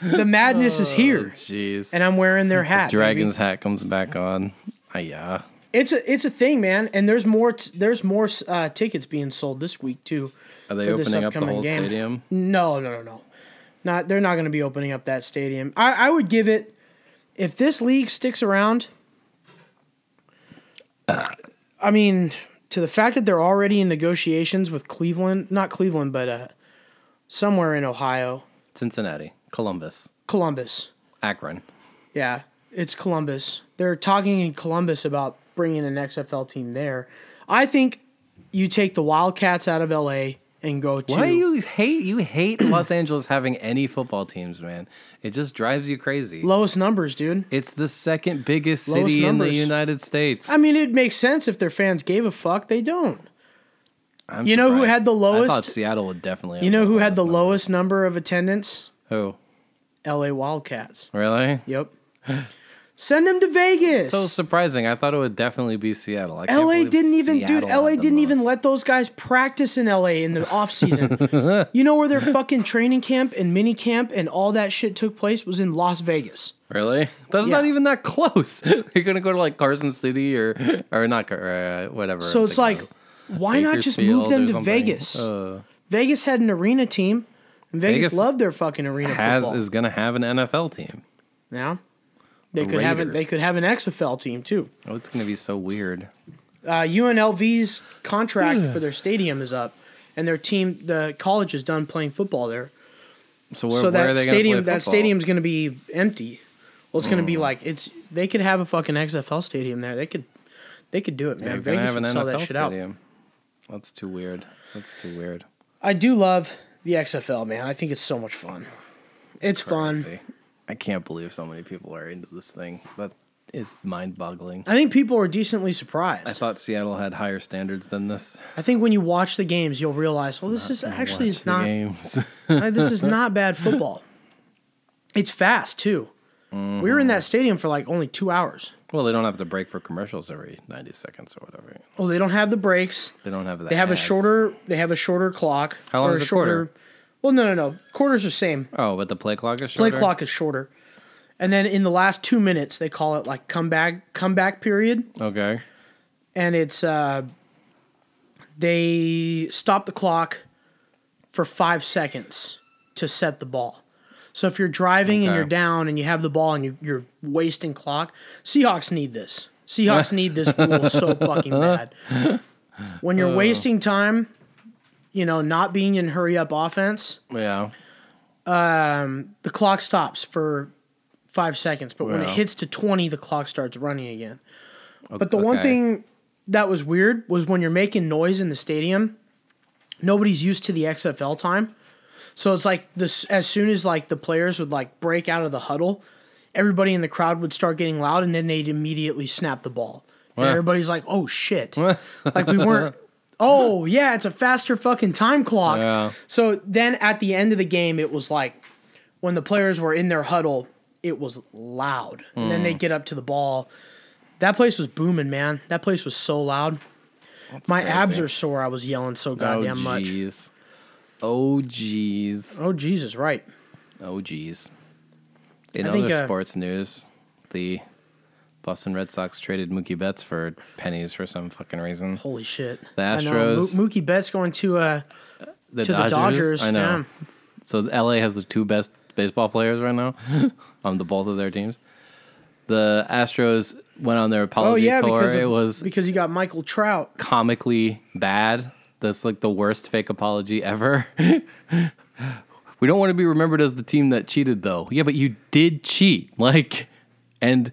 the madness is here,
Jeez.
and I'm wearing their hat.
Dragon's hat comes back on. Ah, yeah.
baby. It's a it's a thing, man. And there's more t- there's more uh, tickets being sold this week too.
Are they
for this
opening up the
upcoming
whole
game.
stadium?
No, no, no, no. Not they're not going to be opening up that stadium. I, I would give it if this league sticks around. I mean, to the fact that they're already in negotiations with Cleveland, not Cleveland, but uh, somewhere in Ohio,
Cincinnati, Columbus,
Columbus.
Akron.
Yeah, it's Columbus. They're talking in Columbus about bringing an XFL team there. I think you take the Wildcats out of LA and go to
Why do you hate you hate Los Angeles having any football teams, man? It just drives you crazy.
lowest numbers, dude.
it's the second biggest
Lowest
city in the
numbers.
United States.
I mean, it makes sense if their fans gave a fuck. They don't. you know who had the
I thought
lowest-
Seattle would definitely.
You know who had the
lowest?
lowest number of attendance?
Who
L.A. Wildcats.
really?
Yep. Send them to Vegas.
So surprising. I thought it would definitely be Seattle. I can't
L.A.
believe
didn't even, dude.
Seattle had
L.A.
the
didn't even
most.
let those guys practice in L.A. in the off season. you know where their fucking training camp and mini camp and all that shit took place was in Las Vegas.
Really? That's
Yeah.
not even that close. You're gonna go to like Carson City or or not Car- uh, whatever.
So
I'm
it's
thinking
like,
of.
why not just move
Bakersfield or
them to
something.
Vegas?
Uh,
Vegas had an arena team. And Vegas,
Vegas
loved their fucking arena
has
football.
is gonna have an NFL team.
Yeah. They could have an, they
Raiders.
could have an XFL team too.
Oh, it's gonna be so weird.
Uh, UNLV's contract for their stadium is up, and their team, the college, is done playing football there.
So where,
so
where are
that
they
stadium,
gonna play
that
football? Hmm.
stadium's going to be empty. Well, it's going to be like it's. They could have a fucking XFL stadium there. They could, they could do it, man.
They're gonna
Vegas
have an
would sell that
NFL
shit out.
stadium. That's too weird. That's too weird.
I do love the XFL, man. I think it's so much fun. It's fun.
Crazy. I can't believe so many people are into this thing. That is mind-boggling.
I think people are decently
I
surprised.
thought Seattle had higher standards than this.
I think when you watch the games, you'll realize, well, this is actually
Watch
it's
the
not
games.
Like, this is not bad football. It's fast too. We were in
Mm-hmm.
that stadium for like only two hours.
well, they don't have to break for commercials every 90 seconds or whatever.
Well, they don't have the breaks.
They don't have that.
They have a
ads.
shorter. They have a shorter clock.
How long
or
is a quarter?
Well, no, no, no. Quarters are same.
Oh, but the play clock is
Play
shorter.
clock is shorter. And then in the last two minutes, they call it like comeback comeback period,
Okay.
and it's uh, they stop the clock for five seconds to set the ball. So if you're driving and
Okay.
you're down and you have the ball and you, you're wasting clock, Seahawks need this. Seahawks need this rule so fucking bad. When you're wasting time, you know, not being in hurry up offense,
Yeah.
the clock stops for five seconds. But when it
Well.
hits to 20, the clock starts running again. But the one
okay.
thing that was weird was when you're making noise in the stadium, nobody's used to the XFL time. So it's like this as soon as like the players would like break out of the huddle, everybody in the crowd would start getting loud and then they'd immediately snap the ball. And
Wow.
everybody's like, "Oh shit." like we weren't Oh, yeah, it's a faster fucking time clock.
Yeah.
So then at the end of the game it was like when the players were in their huddle, it was loud. And
Hmm.
then they get up to the ball. That place was booming, man. That place was so loud. My abs
crazy.
are sore. I was yelling so
Oh,
goddamn much.
jeez. Oh, jeez.
Oh Jesus, right.
Oh, jeez. In
I
other
think, uh,
sports news, the Boston Red Sox traded Mookie Betts for pennies for some fucking reason.
Holy shit.
The
I know.
Astros-
Mo- Mookie Betts going to uh to the Dodgers.
I know.
yeah.
So LA has the two best baseball players right now on the both of their teams. The Astros went on their
Oh
apology
yeah,
tour.
because of-
it was
because you got Michael Trout.
comically bad. That's like the worst fake apology ever. We don't want to be remembered as the team that cheated, though. Yeah, but you did cheat. Like, and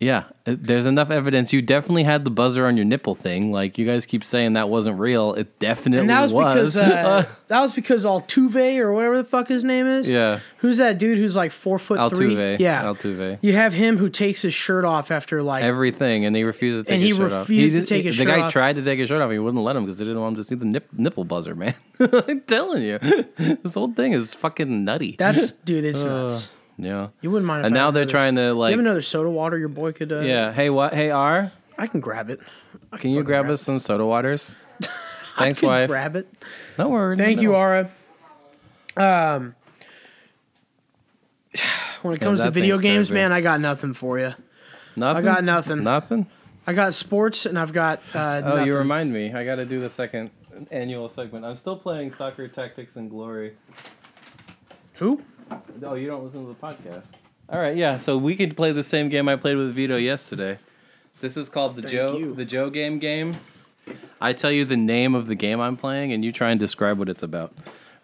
yeah, uh, there's enough evidence. You definitely had the buzzer on your nipple thing. Like, you guys keep saying that wasn't real. It definitely
And that was, because
Uh,
uh, that was because Altuve or whatever the fuck his name is.
Yeah.
Who's that dude who's like four foot three?
Altuve.
Yeah.
Altuve.
You have him who takes his shirt off after like
everything, and they refused to take
And
his
he
shirt off.
refused to
did-
take his
the
shirt
guy
off.
tried to take his shirt off. He wouldn't let him because they didn't want him to see the nip, nipple buzzer, man. I'm telling you, this whole thing is fucking nutty.
that's dude. It's nuts.
yeah.
You wouldn't mind. If
And
I
now
had
they're
another-
trying to
You
like,
have another soda water your boy could. Uh,
yeah. Hey, what? Hey, R,
I can grab it. I
can you
fucking
grab us some soda waters? Thanks,
I can
wife.
grab it.
No worries.
Thank you, Ara. Um, when it comes to
that
video
thing's
games,
crazy.
man, I got nothing for you.
Nothing?
I got nothing.
Nothing?
I got sports, and I've got uh,
Oh,
nothing.
you remind me. I got to do the second annual segment. I'm still playing Soccer Tactics and Glory.
Who?
Oh, you don't listen to the podcast. All right, yeah. So we could play the same game I played with Vito yesterday. This is called the Joe
you.
the Joe game game. I tell you the name of the game I'm playing, and you try and describe what it's about.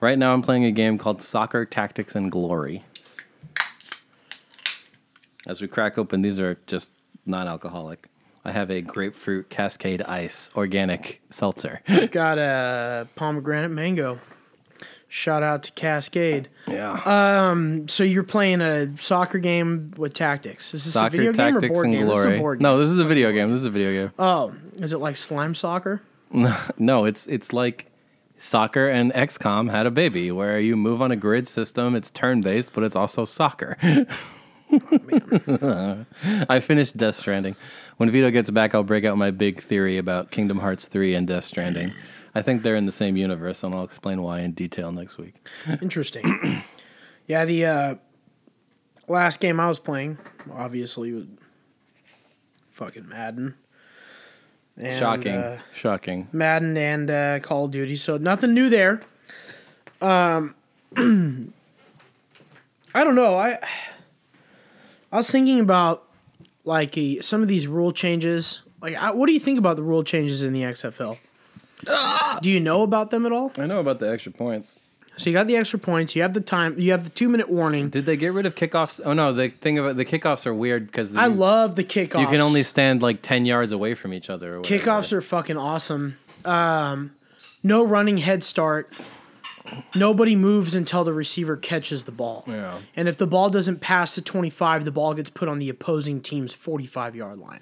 Right now, I'm playing a game called Soccer Tactics and Glory. As we crack open, these are just non-alcoholic. I have a grapefruit Cascade Ice organic seltzer.
I've got a pomegranate mango. Shout out to Cascade.
Yeah.
So you're playing a soccer game with tactics. Is this a
Soccer
video game or
Tactics
board
and
game? This is
Glory.
a board game.
No, this is a video game. This is a video game.
Oh, is it like slime soccer?
No, it's it's like soccer and XCOM had a baby where you move on a grid system. It's turn based, but it's also soccer. I finished Death Stranding. When Vito gets back, I'll break out my big theory about Kingdom Hearts 3 and Death Stranding. I think they're in the same universe, and I'll explain why in detail next week.
Interesting. yeah, the uh, last game I was playing, obviously, was fucking Madden. And,
Shocking.
uh,
Shocking.
Madden and uh, Call of Duty. So nothing new there. Um, I don't know. I I was thinking about like a, some of these rule changes. Like, I, what do you think about the rule changes in the XFL? Do you know about them at all?
I know about the extra points.
So you got the extra points. You have the time. You have the two minute warning.
Did they get rid of kickoffs? Oh, no. The thing about the kickoffs are weird because
I love the kickoffs.
you can only stand like 10 yards away from each other. Or whatever.
Kickoffs are fucking awesome. Um, no running head start. Nobody moves until the receiver catches the ball.
Yeah.
And if the ball doesn't pass to 25, the ball gets put on the opposing team's 45 yard line.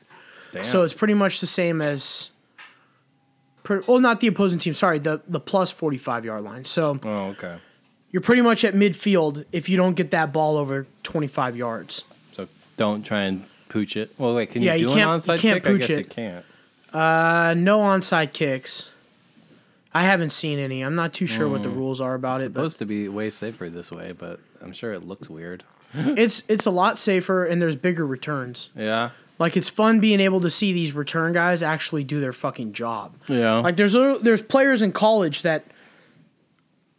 Damn.
So it's pretty much the same as. Pre- oh, not the opposing team. Sorry, the, the plus 45 yard line. So
Oh, okay.
you're pretty much at midfield if you don't get that ball over 25 yards.
So don't try and pooch it. Well, wait, can
Yeah,
you
you
do an
can't- you
onside
can't
kick? I
pooch
guess
it.
you can't.
Uh, no onside kicks. I haven't seen any. I'm not too sure what
Mm.
the rules are about it, but
supposed to be way safer this way, but I'm sure it looks weird.
it's it's a lot safer and there's bigger returns.
Yeah.
Like it's fun being able to see these return guys actually do their fucking job.
Yeah.
Like there's there's players in college that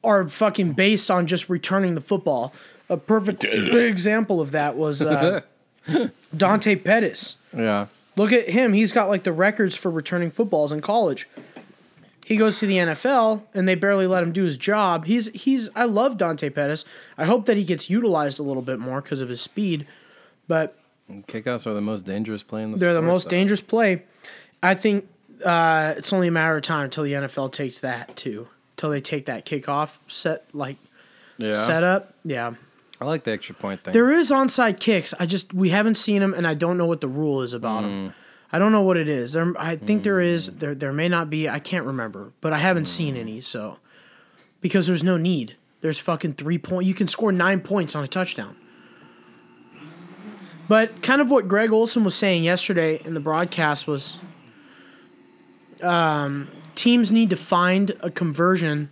are fucking based on just returning the football. A perfect example of that was uh, Dante Pettis.
yeah.
Look at him. He's got like the records for returning footballs in college. He goes to the NFL and they barely let him do his job. He's he's I love Dante Pettis. I hope that he gets utilized a little bit more because of his speed, but
Kickoffs are the most dangerous play in the
they're the
sport,
most
though.
dangerous play. I think uh, it's only a matter of time until the NFL takes that too. Till they take that kickoff set like
yeah.
setup. Yeah.
I like the extra point thing.
There is onside kicks. I just we haven't seen them, and I don't know what the rule is about them. I don't know what it is. There, I think there is. There, there may not be. I can't remember, but I haven't seen any. So, because there's no need. There's fucking three point. You can score nine points on a touchdown. But kind of what Greg Olson was saying yesterday in the broadcast was, um, teams need to find a conversion,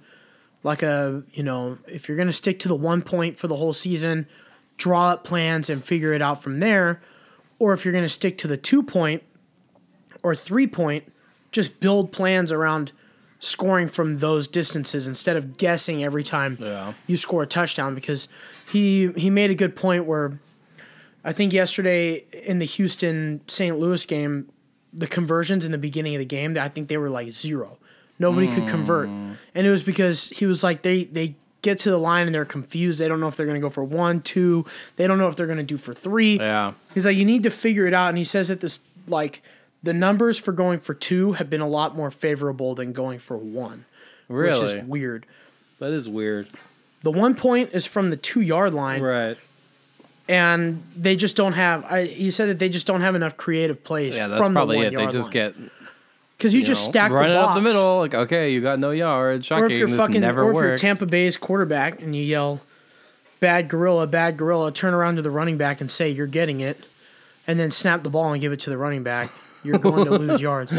like a you know, if you're gonna stick to the one point for the whole season, draw up plans and figure it out from there, or if you're gonna stick to the two point or three point, just build plans around scoring from those distances instead of guessing every time
Yeah.
you score a touchdown because he he made a good point where I think yesterday in the Houston St. Louis game, the conversions in the beginning of the game, I think they were like zero. Nobody could convert, and it was because he was like they they get to the line and they're confused. They don't know if they're going to go for one, two. They don't know if they're going to do for three.
Yeah.
He's like, you need to figure it out. And he says that this, like, the numbers for going for two have been a lot more favorable than going for one,
Really?
which is weird.
that is weird.
The one point is from the two yard line,
Right.
and they just don't have. I, he said that they just don't have enough creative plays.
Yeah, that's
from
probably
the
it. They just get you
because you, just
know,
stack
run
the
it
box
up the middle. Like, okay, you got no yard. Shocking.
or if you're
this
fucking,
never
or if
works.
you're Tampa Bay's quarterback and you yell, "Bad gorilla, bad gorilla," turn around to the running back and say, "You're getting it," and then snap the ball and give it to the running back. You're going to lose yards.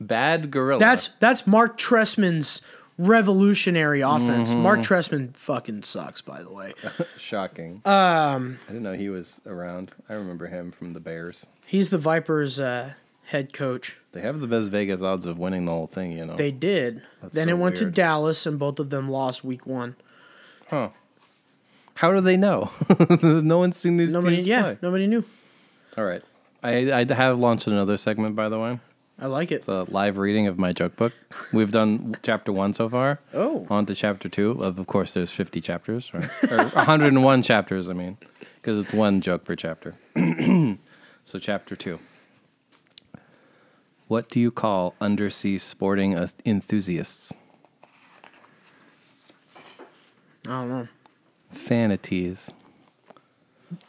Bad gorilla.
That's that's Mark Tressman's revolutionary offense.
Mm-hmm.
Mark Tressman fucking sucks, by the way.
shocking. Um, I didn't know he was around. I remember him from the Bears.
He's the Vipers' uh, head coach.
They have the best Vegas odds of winning the whole thing, you know.
They did. then
so
it went
weird.
to Dallas, and both of them lost week one.
How do they know? no one's seen these
Nobody,
teams
yeah,
play.
nobody knew.
All right. I, I have launched another segment, by the way.
I like it.
It's a live reading of my joke book. We've done chapter one so far.
Oh.
On to chapter two. Of, of course, there's 50 chapters, or, or 101 chapters, I mean, because it's one joke per chapter. so, chapter two. What do you call undersea sporting uh, enthusiasts?
I don't know.
Fanities.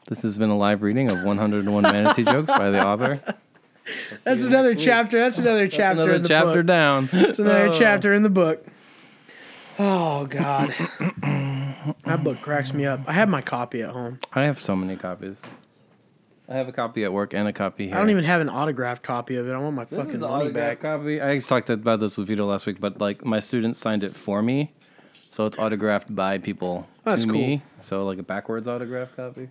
This has been a live reading of 101 Manatee Jokes by the author.
That's another chapter. That's another chapter.
Another
in the
chapter
Book.
down.
That's another chapter in the book. Oh God, that book cracks me up. I have my copy at home.
I have so many copies. I have a copy at work and a copy here.
I don't even have an autographed copy of it. I want my
This
fucking
is the
money
autographed
back.
copy. I talked about this with Vito last week, but like my student signed it for me, so it's autographed by people
That's
to me. So like a backwards autograph copy.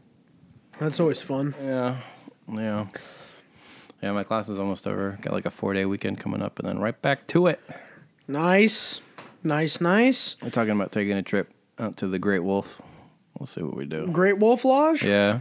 That's always fun.
Yeah, yeah, yeah. My class is almost over. Got like a four day weekend coming up, and then right back to it.
Nice, nice, nice.
We're talking about taking a trip out to the Great Wolf. We'll see what we do.
Great Wolf Lodge.
Yeah,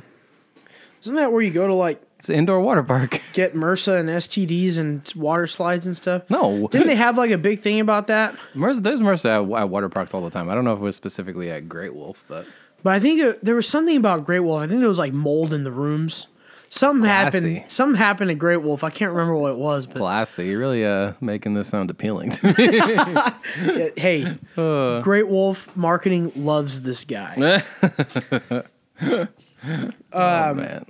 Isn't that where you go to like
it's an indoor water park.
get MRSA and STDs and water slides and stuff?
No,
Didn't they have like a big thing about that?
Mercer, there's Mercer at, at water parks all the time. I don't know if it was specifically at Great Wolf, but
But I think there, there was something about Great Wolf. I think there was like mold in the rooms. Something
Classy.
happened. Something happened at Great Wolf. I can't remember what it was, but
classy. You're really uh, making this sound appealing to me.
hey,
Uh.
Great Wolf marketing loves this guy.
oh, man.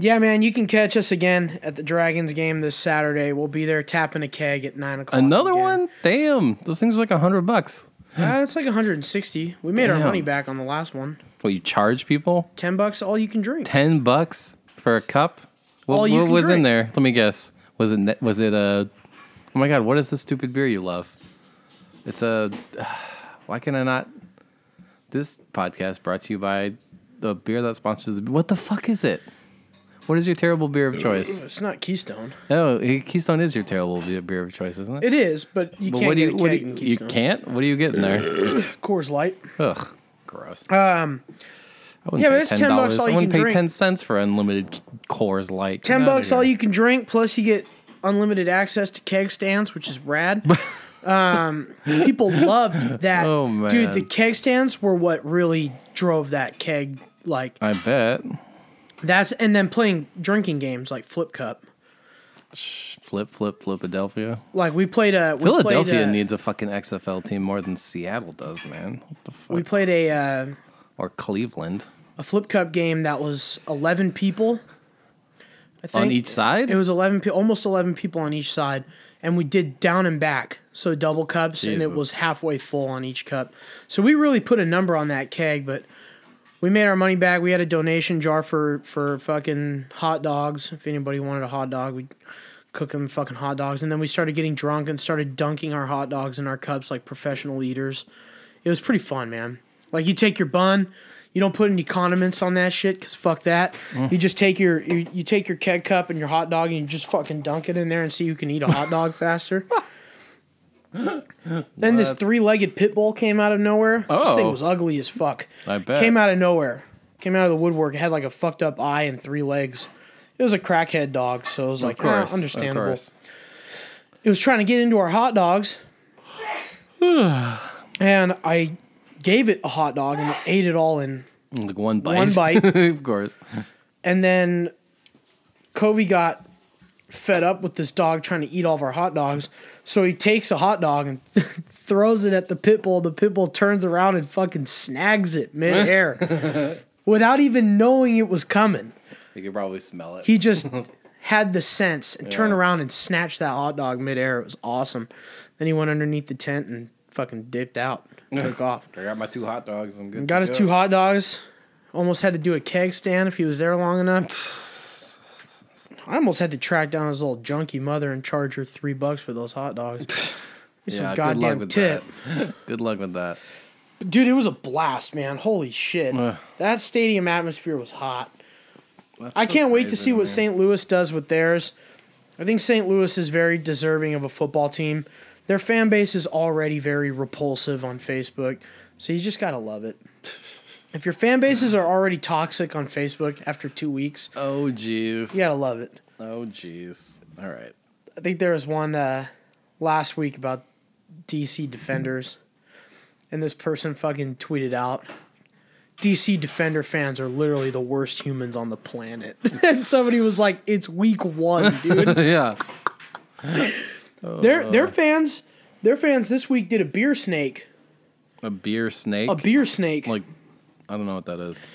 Yeah, man, you can catch us again at the Dragons game this Saturday. We'll be there tapping a keg at nine o'clock.
Another
again.
one? Damn. Those things are like a 100 bucks.
Uh, it's like 160. We made our
Damn.
money back on the last one.
Well, you charge people?
Ten bucks, all you can drink.
10 bucks for a cup? What,
All Oh, you
what
can
was in
drink.
there? Let me guess. Was it ne- was it a Oh my god, what is the stupid beer you love? It's a Why can I not This podcast brought to you by the beer that sponsors the What the fuck is it? What is your terrible beer of choice?
It's not Keystone.
Oh, Keystone is your terrible be- beer of choice, isn't it?
It is, but you
But
can't
what do you,
get a
what do
keg
you,
in
you
Keystone.
can't? What are you getting there?
Coors Light.
Ugh, gross.
Um,
I wouldn't
Yeah, but
pay
that's 10 bucks
$10.
all
I
you
wouldn't
can
pay
drink.
10 cents for unlimited Coors Light. Get
ten
outta
bucks, all
here.
you can drink. Plus, you get unlimited access to keg stands, which is rad. um, people loved that.
Oh,
dude,
man.
the keg stands were what really drove that keg. Like
I bet.
that's, and then playing drinking games like flip cup.
Flip, flip, Philadelphia.
Like we played uh, a we
Philadelphia
played a,
needs a fucking XFL team more than Seattle does, man. What the fuck?
We played a uh,
or Cleveland.
a flip cup game that was eleven people. I think
On each side?
It was eleven, pe- almost eleven people on each side, and we did down and back, so double cups, and it
Jesus.
was halfway full on each cup. So we really put a number on that keg, but we made our money back. We had a donation jar for for fucking hot dogs. If anybody wanted a hot dog, we cook them fucking hot dogs, and then we started getting drunk and started dunking our hot dogs in our cups like professional eaters. It was pretty fun, man. Like you take your bun, you don't put any condiments on that shit because fuck that.
Mm.
You just take your you, you take your keg cup and your hot dog and you just fucking dunk it in there and see who can eat a hot dog faster. then this three-legged pit bull came out of nowhere. This thing
Oh.
was ugly as fuck.
I bet.
Came out of nowhere. Came out of the woodwork. It had like a fucked up eye and three legs. It was a crackhead dog, so it was like
Of course.
ah, understandable.
Of course.
It was trying to get into our hot dogs. and I gave it a hot dog and it ate it all in
Like one bite.
One bite.
of course.
And then Covey got fed up with this dog trying to eat all of our hot dogs. So he takes a hot dog and throws it at the pit bull. The pit bull turns around and fucking snags it midair without even knowing it was coming.
You could probably smell it.
He just had the sense and turned around and snatched that hot dog midair. It was awesome. Then he went underneath the tent and fucking dipped out, took off.
I got my two hot dogs. I'm good.
Got
to
his
go.
two hot dogs. Almost had to do a keg stand if he was there long enough. I almost had to track down his little junkie mother and charge her three bucks for those hot dogs. Be some
Yeah, good luck
goddamn
with
tip.
Good luck with that.
Dude, it was a blast, man. Holy shit.
Ugh.
that stadium atmosphere was hot.
That's
I
so
can't wait to
crazy,
see
man.
what St. Louis does with theirs. I think St. Louis is very deserving of a football team. Their fan base is already very repulsive on Facebook, so you just gotta love it. If your fan bases are already toxic on Facebook after two weeks,
Oh jeez.
you gotta love it.
Oh jeez. All right.
I think there was one uh, last week about DC defenders, and this person fucking tweeted out, "DC defender fans are literally the worst humans on the planet." and somebody was like, "It's week one, dude.
yeah.
their their fans, their fans this week did a beer snake,
A beer snake.
a beer snake.
Like, I don't know what that is.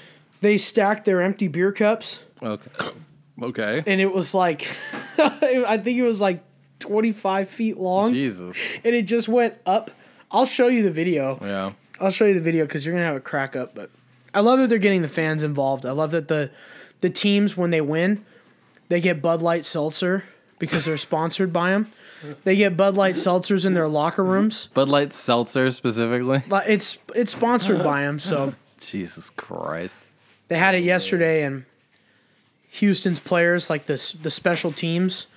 they stacked their empty beer cups."
Okay. okay.
and it was like I think it was like 25 feet long
Jesus.
and it just went up. I'll show you the video.
Yeah.
I'll show you the video cuz you're going to have a crack up, but I love that they're getting the fans involved. I love that the the teams when they win, they get Bud Light seltzer because they're sponsored by them. They get Bud Light seltzers in their locker rooms.
Bud Light seltzer specifically.
But It's it's sponsored by them, so
Jesus Christ.
They had it yesterday, and Houston's players, like the s- the special teams,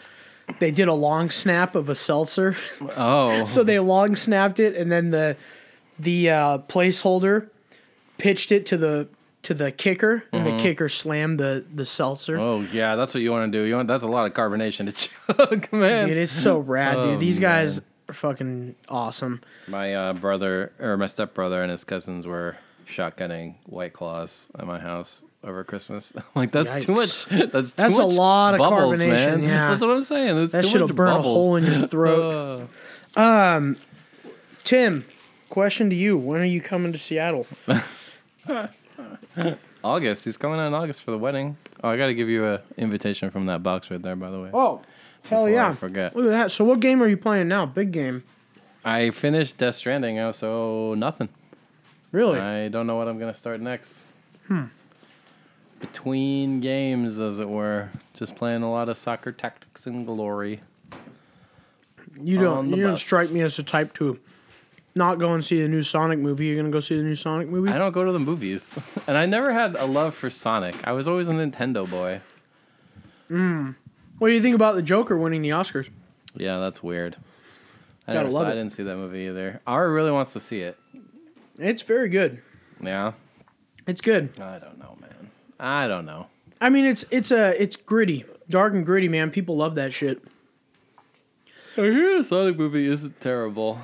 they did a long snap of a seltzer.
Oh.
so they long snapped it, and then the the uh, placeholder pitched it to the to the kicker, and the kicker slammed the the seltzer.
Mm-hmm. Oh yeah, that's what you want to do. You want that's a lot of carbonation to chug, man.
Dude, it's so rad,
Oh,
dude. These guys are fucking awesome.
My uh, brother or my stepbrother and his cousins were shotgunning white claws at my house over Christmas. like that's too
Yikes.
much. That's too
That's a
much
lot of
bubbles,
carbonation,
Man.
yeah.
that's what I'm saying. That's
That
too
should
much
have burned
bubbles.
a hole in your throat. Um,
Uh,
Tim, question to you: When are you coming to Seattle?
August. He's coming out in August for the wedding. Oh, I got to give you a invitation from that box right there, by the way.
Oh, hell
Before
yeah!
I forget.
Look at that. So, what game are you playing now? Big game.
I finished Death Stranding, uh, so nothing.
Really?
I don't know what I'm gonna start next. Hmm. Between games, as it were, just playing a lot of soccer tactics and glory.
you
on
don't.
the
You don't
bus.
strike me as the type to not go and see the new Sonic movie. You're gonna go see the new Sonic movie.
I don't go to the movies, and I never had a love for Sonic. I was always a Nintendo boy.
What do you think about the Joker winning the Oscars?
Yeah, that's weird. I,
Gotta
never
love
saw, I
it.
didn't see that movie either. Ara really wants to see it.
It's very good.
Yeah,
It's good.
I don't know, man. I don't know.
I mean, it's it's a it's gritty, dark and gritty, man. People love that shit.
I hear the Sonic movie isn't terrible.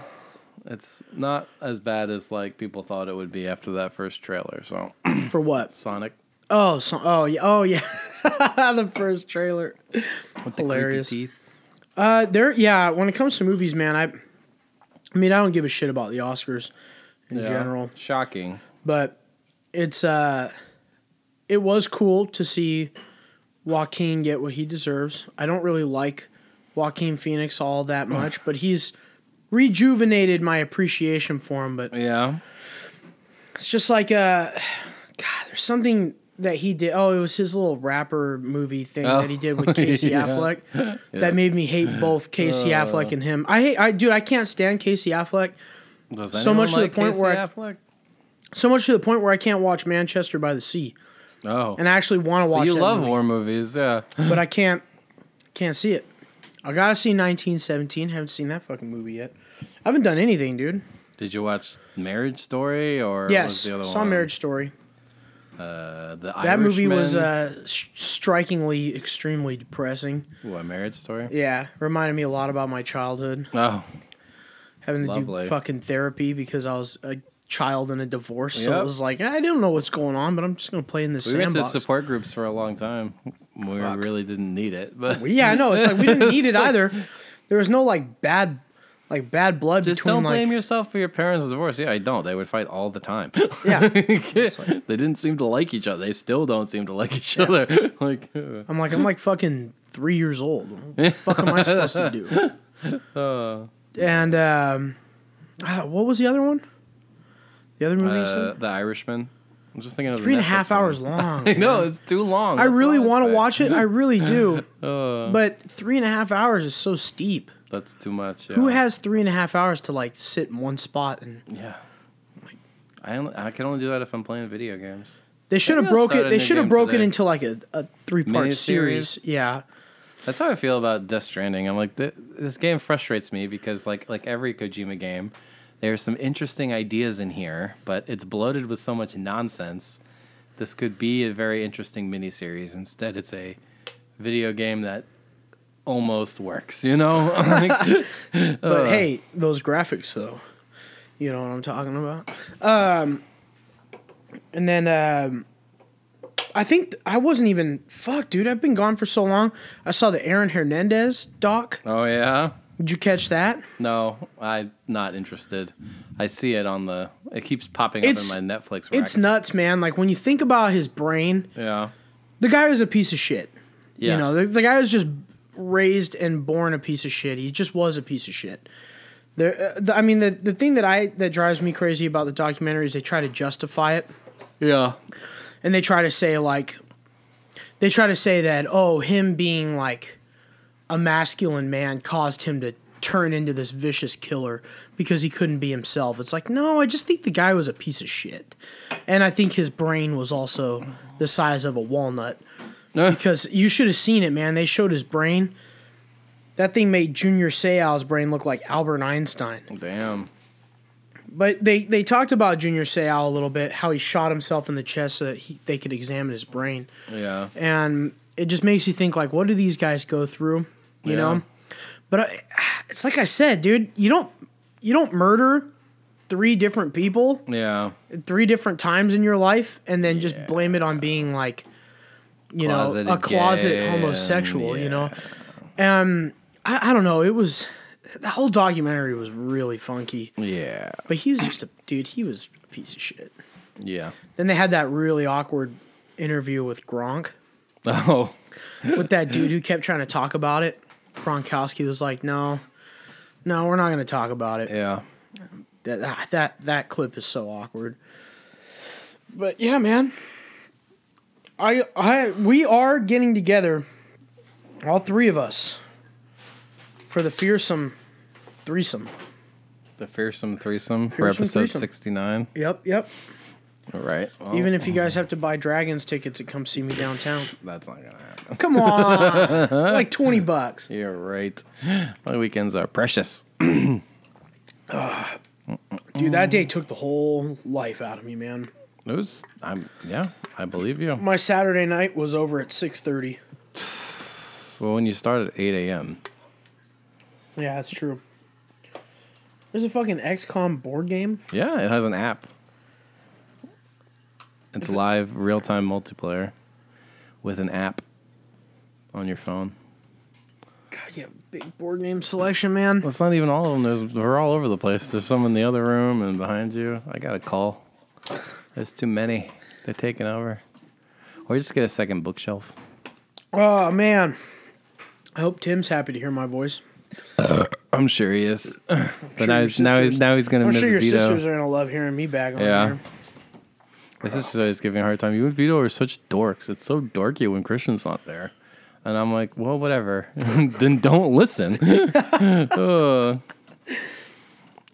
It's not as bad as like people thought it would be after that first trailer. So
For what?
Sonic
Oh, so, oh yeah, oh yeah. the first trailer.
with
creepy Hilarious.
teeth.
Uh, there, yeah. When it comes to movies, man, I, I mean, I don't give a shit about the Oscars in
Yeah.
general.
Shocking.
but it's uh it was cool to see Joaquin get what he deserves. I don't really like Joaquin Phoenix all that much, but he's rejuvenated my appreciation for him. But
Yeah.
it's just like uh God, there's something that he did. Oh, it was his little rapper movie thing
Oh,
that he did with Casey
yeah. Uh.
Affleck that made me hate both Casey Affleck and him. I hate I dude, I can't stand Casey Affleck.
Does
So
anyone
much to the point
Casey
where I-
Affleck?
So much to the point where I can't watch Manchester by the Sea.
Oh.
And I actually want to watch
you
that
love
movie.
war movies, yeah.
but I can't can't see it. I gotta see 1917. Haven't seen that fucking movie yet. I haven't done anything, dude.
Did you watch Marriage Story or
yes,
was the other
saw
one?
Marriage Story.
Uh, the
That movie was uh, s- strikingly, extremely depressing.
what Marriage Story?
Yeah, reminded me a lot about my childhood.
Oh,
having to
Lovely.
do fucking therapy because I was a child in a divorce. So
Yep.
it was like I don't know what's going on, but I'm just gonna play in this
We went to
sandbox.
support groups for a long time. We really didn't need it, but
yeah, I know. It's like we didn't need it either. There was no like bad, like bad blood
Just
between
don't
like
blame yourself for your parents' divorce. Yeah, I don't. They would fight all the time.
yeah.
they didn't seem to like each other. They still don't seem to like each other. like, uh,
I'm like I'm like fucking three years old. What the fuck am I supposed to do? and um, ah, what was the other one? The other movie you said?
uh, the Irishman. I'm just thinking of the
three and a
Netflix
half
one.
hours long.
I know it's too long.
I
That's
really
what
want
I
to
say.
watch it. I really do.
Uh.
but three and a half hours is so steep.
That's too much.
Who
yeah.
has three and a half hours to like sit in one spot? And
Yeah. I only, I can only do that if I'm playing video games.
they should have
I'll
broke
start
it.
a
They
new
should have
game
broken
today.
into like a, a three part
Miniseries?
series. Yeah,
That's how I feel about Death Stranding. I'm like, th- this game frustrates me because, like, like every Kojima game, there's some interesting ideas in here, but it's bloated with so much nonsense. This could be a very interesting miniseries. Instead, it's a video game that almost works. You know, Like,
but hey, those graphics though. You know what I'm talking about. Um, and then um, I think I wasn't even fuck, dude. I've been gone for so long. I saw the Aaron Hernandez doc.
oh yeah,
Did you catch that?
no, I'm not interested. I see it on the. It keeps popping up
It's-
in my Netflix. Rack.
It's nuts, man. Like when you think about his brain,
Yeah.
the guy was a piece of shit.
Yeah.
You know, the, the guy was just raised and born a piece of shit. He just was a piece of shit. There, uh, the, I mean, the the thing that I that drives me crazy about the documentary is they try to justify it,
yeah.
and they try to say like, they try to say that oh, him being like a masculine man caused him to turn into this vicious killer because he couldn't be himself. It's like no, I just think the guy was a piece of shit, and I think his brain was also the size of a walnut because you should have seen it, man. They showed his brain. That thing made Junior Seau's brain look like Albert Einstein.
Damn.
But they, they talked about Junior Seau a little bit, how he shot himself in the chest so that he, they could examine his brain.
Yeah.
And it just makes you think, like, what do these guys go through? You
Yeah.
know? But I, it's like I said, dude, you don't you don't murder three different people
Yeah.
three different times in your life and then just blame it on being like you
Closeted
know a closet
gay and-
homosexual you know um I, I don't know it was the whole documentary was really funky
Yeah.
but he was just a dude he was a piece of shit
Yeah.
then they had that really awkward interview with gronk
Oh.
with that dude who kept trying to talk about it gronkowski was like no no we're not going to talk about it
Yeah.
that ah, that that clip is so awkward. But yeah, man. I I we are getting together, all three of us, for the fearsome threesome.
The fearsome threesome for
Fearsome
episode
threesome.
sixty nine.
Yep, yep.
All right. Well,
Even if you guys have to buy dragons tickets to come see me downtown.
that's not gonna happen.
Come on. like twenty bucks.
You're right. My weekends are precious.
Dude, that day took the whole life out of me, man.
Those. I'm. Yeah. I believe you.
My Saturday night was over at six thirty.
Well, when you start at eight a.m.
Yeah, that's true. There's a fucking XCOM board game.
Yeah, it has an app. It's live, real time multiplayer, with an app on your phone.
God, you have big board game selection, man.
It's not even all of them. There's they're all over the place. There's some in the other room and behind you. I got a call. There's too many. They're taking over. Or just get a second bookshelf.
Oh man, I hope Tim's happy to hear my voice.
I'm sure he is. But now,
your
he's, now he's
sisters-
now he's gonna
I'm
miss
sure your
Vito.
sisters are gonna love hearing me back on
Yeah.
here.
My sister's always giving me a hard time. You and Vito are such dorks. It's so dorky when Christian's not there. And I'm like, well, whatever. then don't listen.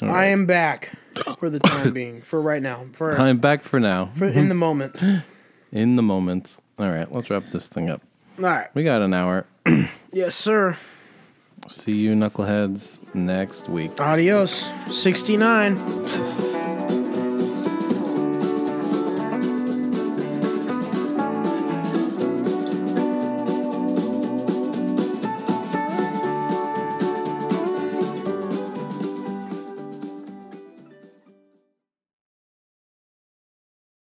Uh,
I am back for the time being, for right now, for,
I'm back for now.
for in the moment. All
In the moment. All right, let's wrap this thing up.
right,
We got an hour.
yes, sir.
See you, knuckleheads, next week.
Adios. Sixty nine.